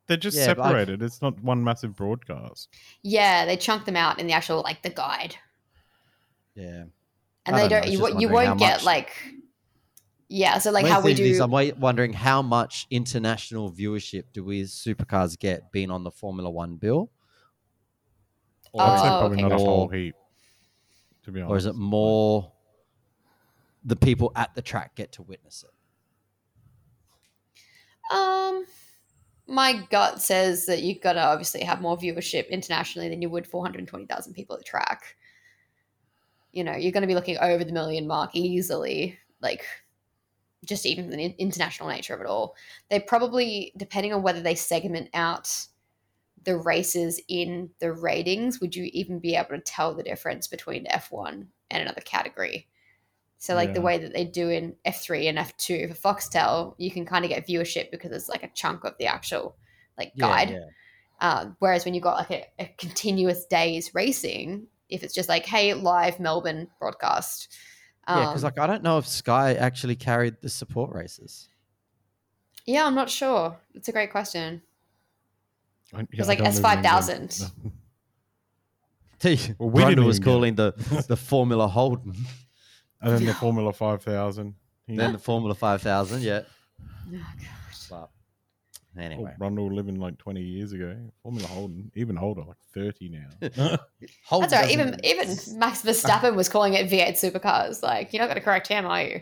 S2: they're just
S1: Yeah, but I've-
S2: separated. It's not one massive broadcast.
S3: Yeah, they chunk them out in the actual like the guide,
S1: Yeah.
S3: and
S1: I
S3: they
S1: don't know, I
S3: don't.
S1: was
S3: you
S1: just
S3: won't- you
S1: wondering how
S3: won't get
S1: much-
S3: like. Yeah, so like
S1: Where's
S3: how we
S1: the- these-
S3: do.
S1: I'm wa- wondering how much international viewership do we as supercars get being on the Formula One bill? Or,
S2: I'd say
S3: Oh,
S2: probably
S3: okay.
S2: not a whole
S1: or,
S2: heap, to be honest.
S1: or is it more the people at the track get to witness it?
S3: Um, my gut says that you've got to obviously have more viewership internationally than you would 420,000 people at the track. You know, you're going to be looking over the million mark easily, like just even the in- international nature of it all. They probably, depending on whether they segment out the races in the ratings, would you even be able to tell the difference between F1 and another category? So like the
S2: Yeah.
S3: way that they do in F3 and F2 for Foxtel, you can kind of get viewership because it's like a chunk of the actual like
S1: Yeah,
S3: guide.
S1: yeah.
S3: Um, whereas when you've got like a, a continuous day's racing, if it's just like, hey, live Melbourne broadcast. um,
S1: Yeah, because like I don't know if Sky actually carried the support races.
S3: yeah, I'm not sure. It's a great question.
S2: I- yeah,
S3: It's
S2: I
S3: like
S2: don't live in England.
S3: S5000.
S1: well,
S2: Well, we didn't
S1: was
S2: even get it.
S1: calling the the Formula Holden,
S2: and then the Formula 5000. He-
S1: then the Formula Five Thousand. Yeah.
S3: Oh, God.
S1: But
S2: Oh,
S1: anyway,
S2: Rundle living like 20 years ago. Formula Holden, even older, like 30 now.
S1: Holden
S3: That's all right. Even
S1: doesn't-
S3: even Max Verstappen was calling it V8 supercars. Like you're not going to correct him, are you?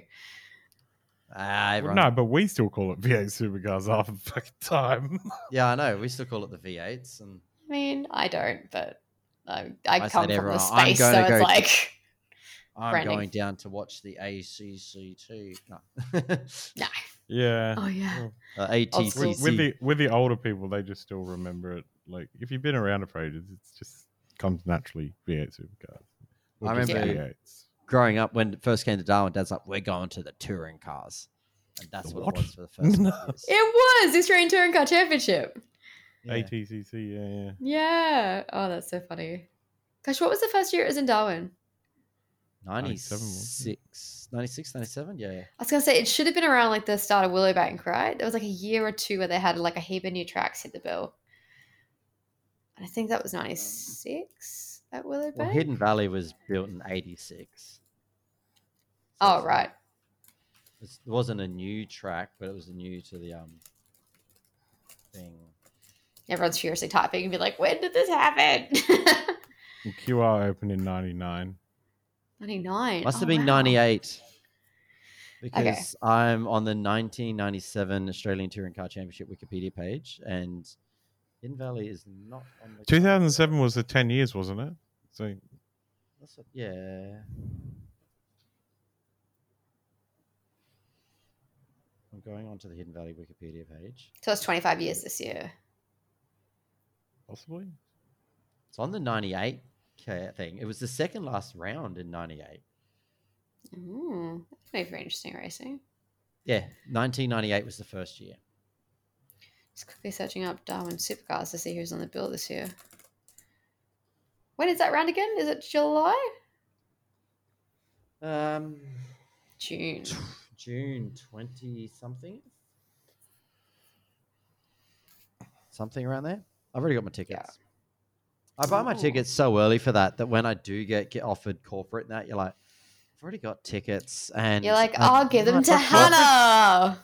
S1: Ah,
S2: Well,
S1: everyone-
S2: no, but we still call it V8 supercars half the fucking time.
S1: Yeah, I know. We still call it the V8s, and
S3: I mean, I don't, but I, I,
S1: I said
S3: come from
S1: everyone,
S3: the
S1: I'm
S3: space, so
S1: gonna
S3: it's
S1: go to-
S3: like
S1: I'm
S3: Branding.
S1: going down to watch the ACCT. No,
S3: no.
S2: Yeah.
S3: Oh yeah.
S2: Well,
S1: uh,
S3: school.
S1: ATCC.
S2: with, with the with the older people, they just still remember it. Like if you've been around it for ages, it's just comes naturally V8 supercars. Or
S1: I
S2: just
S3: remember-
S2: V8s.
S1: Growing up, when it first came to Darwin, Dad's like, "We're going to the touring cars," and that's
S2: The
S1: what,
S2: what?
S1: it was for the first.
S2: No.
S1: couple of years.
S3: It was the Australian Touring Car Championship.
S1: Yeah.
S2: ATCC, yeah, yeah.
S3: Yeah. Oh, that's so funny. Gosh, what was the first year it was in Darwin?
S2: 97, wasn't
S1: 96, 96, 97? Yeah.
S3: I was gonna say it should have been around like the start of Willowbank, right? There was like a year or two where they had like a heap of new tracks hit the bill, and I think that was '96 at Willowbank.
S1: Well, Hidden Valley was built in 86. So
S3: Oh
S1: it's
S3: right.
S1: It's, it wasn't a new track, but it was new to the um thing.
S3: Everyone's furiously typing and be like, when did this happen?
S2: And QR opened in 99.
S3: 99.
S1: Must have
S3: Oh,
S1: been
S3: wow.
S1: 98. Because I'm on the 1997 Australian Touring Car Championship Wikipedia page, and In Valley is not on the.
S2: 2007 was the 10 years, wasn't it? So
S1: That's a- yeah. I'm going onto the Hidden Valley Wikipedia page.
S3: So it's 25 years this year.
S2: possibly.
S1: It's on the 98 ca- thing. It was the second last round in 98.
S3: Ooh, that's made for interesting racing.
S1: Yeah, 1998 was the first year.
S3: Just quickly searching up Darwin Supercars to see who's on the bill this year. When is that round again? Is it July?
S1: Um,
S3: June.
S1: June 20 something. Something around there. I've already got my tickets. I buy my
S3: Ooh.
S1: tickets so early for that that when I do get, get offered corporate and that, you're like, I've already got tickets. And
S3: You're like,
S1: I-
S3: I'll give them
S1: I've
S3: to
S1: got corporate-
S3: Hannah.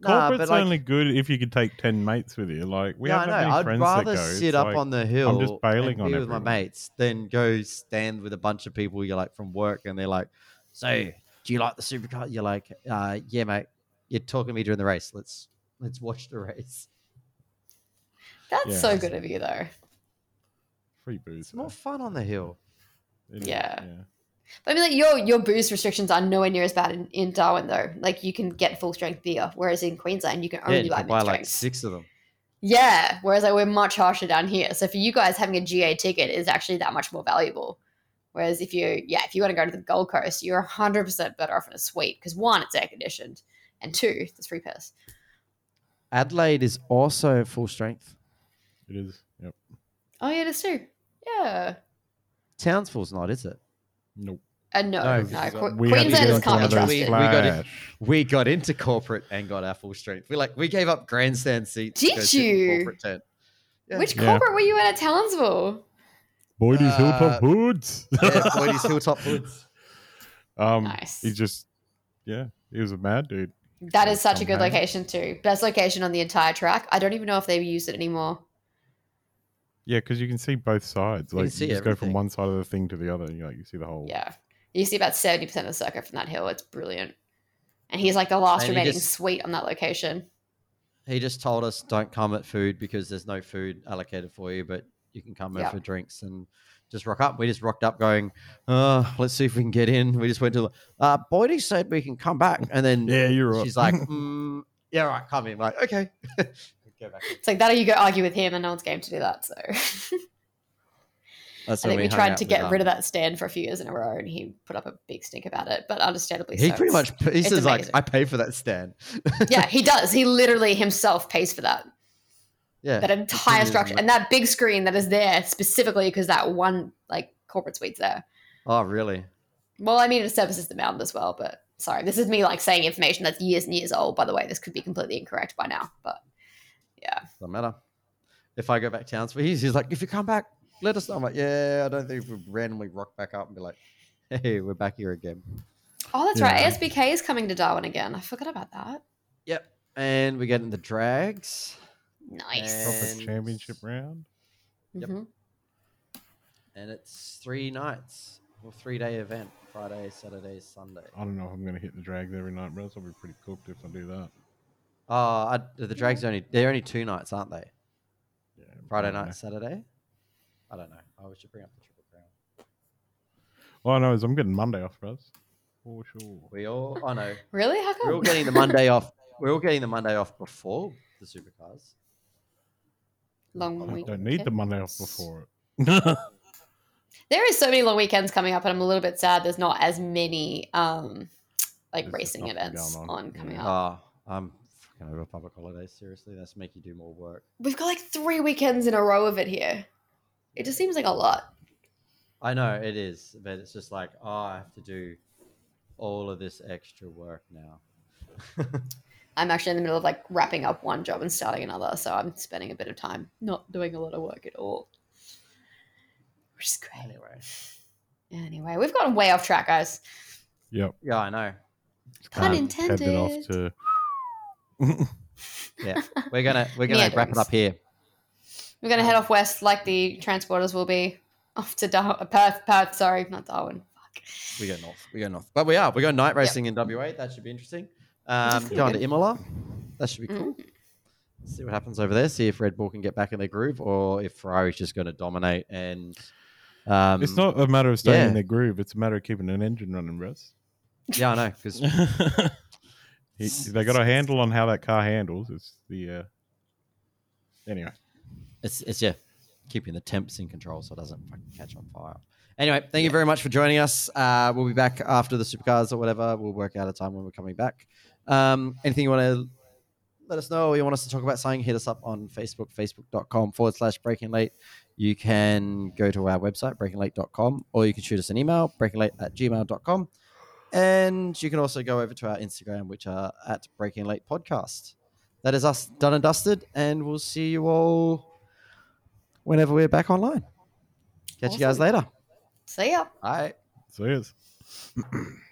S1: Nah, but
S2: Corporate's
S1: like,
S2: only good if you could take 10 mates with you. Like, we
S1: no,
S2: have
S1: no,
S2: many
S1: I'd
S2: friends
S1: rather
S2: that go. It's
S1: sit up
S2: like-
S1: on the hill
S2: bailing
S1: and
S2: on
S1: be with my
S2: everyone.
S1: mates than go stand with a bunch of people you're like from work and they're like, so do you like the supercar? You're like, uh, yeah, mate. You're talking to me during the race. Let's let's watch the race.
S3: That's
S2: Yeah.
S3: so good of you, though.
S2: free booze.
S1: It's more fun on the hill.
S2: It is,
S3: Yeah. But I mean, like your your booze restrictions are nowhere near as bad in, in Darwin, though. Like you can get full strength beer, whereas in Queensland Oh, you can
S1: Yeah,
S3: only
S1: you
S3: buy
S1: can
S3: mixed
S1: buy like
S3: drinks.
S1: six of them.
S3: Yeah, whereas like, we're much harsher down here. So for you guys, having a GA ticket is actually that much more valuable. Whereas if you, yeah, if you want to go to the Gold Coast, you're 100% better off in a suite because one, it's air conditioned, and two, there's free piss.
S1: Adelaide is also full strength.
S2: It is. Yep.
S3: Oh yeah, that's true. Yeah.
S1: Townsville's not, is it?
S2: Nope.
S3: Uh, no,
S1: No,
S3: no.
S1: this
S2: is,
S1: uh,
S3: Qu-
S2: We
S1: had to
S3: Queenslanders
S1: go
S2: one
S3: can't
S2: of
S1: those
S3: be
S2: those
S1: We-
S3: trusted.
S1: flat- got it.
S2: flash.
S1: We got into corporate and got our full strength. We like we gave up grandstand seats. to
S3: Did
S1: go sit in the
S3: you?
S1: Corporate tent. Yeah.
S3: Which
S2: Yeah.
S3: corporate were you in at Townsville?
S2: Boydie's
S1: Uh,
S2: Hilltop Hoods.
S1: yeah, Boydie's Hilltop Woods.
S2: um,
S3: Nice.
S2: He just, yeah, he was a mad dude.
S3: That is such a good
S2: Somehow.
S3: location too. Best location on the entire track. I don't even know if they use it anymore.
S2: Yeah, because you can see both sides.
S1: You can
S2: Like, you,
S1: see
S2: just go
S1: everything.
S2: from one side of the thing to the other, and you like you see the whole.
S3: Yeah. You see about 70% of the circuit from that hill. It's brilliant. And he's like the last
S1: And he
S3: remaining
S1: just-
S3: suite on that location.
S1: He just told us don't come at food because there's no food allocated for you, but you can come
S3: Yeah.
S1: in for drinks and just rock up. We just rocked up going, uh, let's see if we can get in. We just went to, the- uh, Boydie said we can come back. And then
S2: Yeah, you're right.
S1: she's like, mm, yeah, right, come in. like, okay. Go back.
S3: It's like that you go argue with him and no one's game to do that. So I
S1: That's when
S3: think we
S1: hung
S3: tried
S1: out
S3: to
S1: with,
S3: get rid of
S1: um,
S3: that stand for a few years in a row and he put up a big stink about it, but understandably
S1: He
S3: so.
S1: pretty much, he
S3: it's
S1: says, like,
S3: amazing.
S1: I pay for that stand.
S3: yeah, he does. He literally himself pays for that.
S1: Yeah.
S3: That entire
S1: really
S3: structure
S1: amazing.
S3: and that big screen that is there specifically because that one like corporate suite's there.
S1: oh, really?
S3: Well, I mean, it services the mountain as well, but sorry, this is me like saying information that's years and years old. By the way, this could be completely incorrect by now, but
S1: Doesn't matter. If I go back to Townsville, he's, he's like, if you come back, let us know. I'm like, yeah, I don't think we randomly rock back up and be like, hey, we're back here again.
S3: oh, that's
S2: Yeah.
S3: right. ASBK is coming to Darwin again. I forgot about that.
S1: Yep. And we get into drags.
S3: Nice.
S2: Proper
S1: and-
S2: championship round.
S1: yep.
S3: Mhm.
S1: And it's three nights or three day event Friday, Saturday, Sunday.
S2: I don't know if I'm going to hit the drags every night, but I'll be pretty cooked if I do that.
S1: Oh, I, the drags are only, they're only two nights, aren't they?
S2: Yeah,
S1: Friday
S2: I don't
S1: night,
S2: know.
S1: Saturday? I don't know. I should bring up the Triple Crown.
S2: All I know is I'm getting Monday off, bros. For sure.
S1: We all, oh no,
S3: Really? How come?
S1: we're all getting the Monday off. We're all getting the Monday off before the supercars.
S3: long
S2: I
S3: weekend.
S2: don't need the Monday off before it.
S3: There is so many long weekends coming up, and I'm a little bit sad. There's not as many um like
S2: There's
S3: racing
S2: nothing
S3: events
S2: going
S3: on.
S2: on,
S3: coming
S2: yeah.
S3: up.
S1: Ah, I'm fucking over public holidays. Seriously, that's make you do more work.
S3: We've got like three weekends in a row of it here. It just seems like a lot.
S1: I know
S3: Mm.
S1: it is, but it's just like, oh, I have to do all of this extra work now.
S3: I'm actually in the middle of like wrapping up one job and starting another, so I'm spending a bit of time not doing a lot of work at all, which is great.
S1: Anyway,
S3: Anyway, we've gotten way off track, guys.
S2: yep.
S1: yeah, I know.
S3: Pun
S2: Can't hand it off
S3: intended.
S2: to-
S1: Yeah, we're gonna we're gonna wrap it
S3: Meanderings.
S1: up here.
S3: We're going to head off west like the transporters will be off to Dar- Perth. Perth, sorry, not Darwin. Fuck.
S1: We go north. We go north. But we are. We go night racing in WA. That should be interesting. Um,
S3: pretty
S1: going to
S3: good.
S1: Imola. That should be cool.
S3: Mm.
S1: See what happens over there. See if Red Bull can get back in their groove, or if Ferrari's just going to dominate. And um,
S2: it's not a matter of staying
S1: yeah.
S2: in their groove; it's a matter of keeping an engine running, Russ.
S1: Yeah, I know. Because
S2: He- they got a handle on how that car handles. It's the uh... anyway.
S1: it's it's yeah, keeping the temps in control so it doesn't fucking catch on fire. Anyway, thank you very much for joining us. Uh, we'll be back after the supercars or whatever. We'll work out a time when we're coming back. Um, anything you want to let us know or you want us to talk about something, hit us up on Facebook, facebook.com forward slash breaking late. You can go to our website, breakinglate.com, or you can shoot us an email, breakinglate at gmail.com. And you can also go over to our Instagram, which are at Breaking Late Podcast. That is us done and dusted, and we'll see you all whenever we're back online. Catch you guys
S3: Awesome.
S1: later.
S3: See ya.
S1: Bye.
S2: So yes.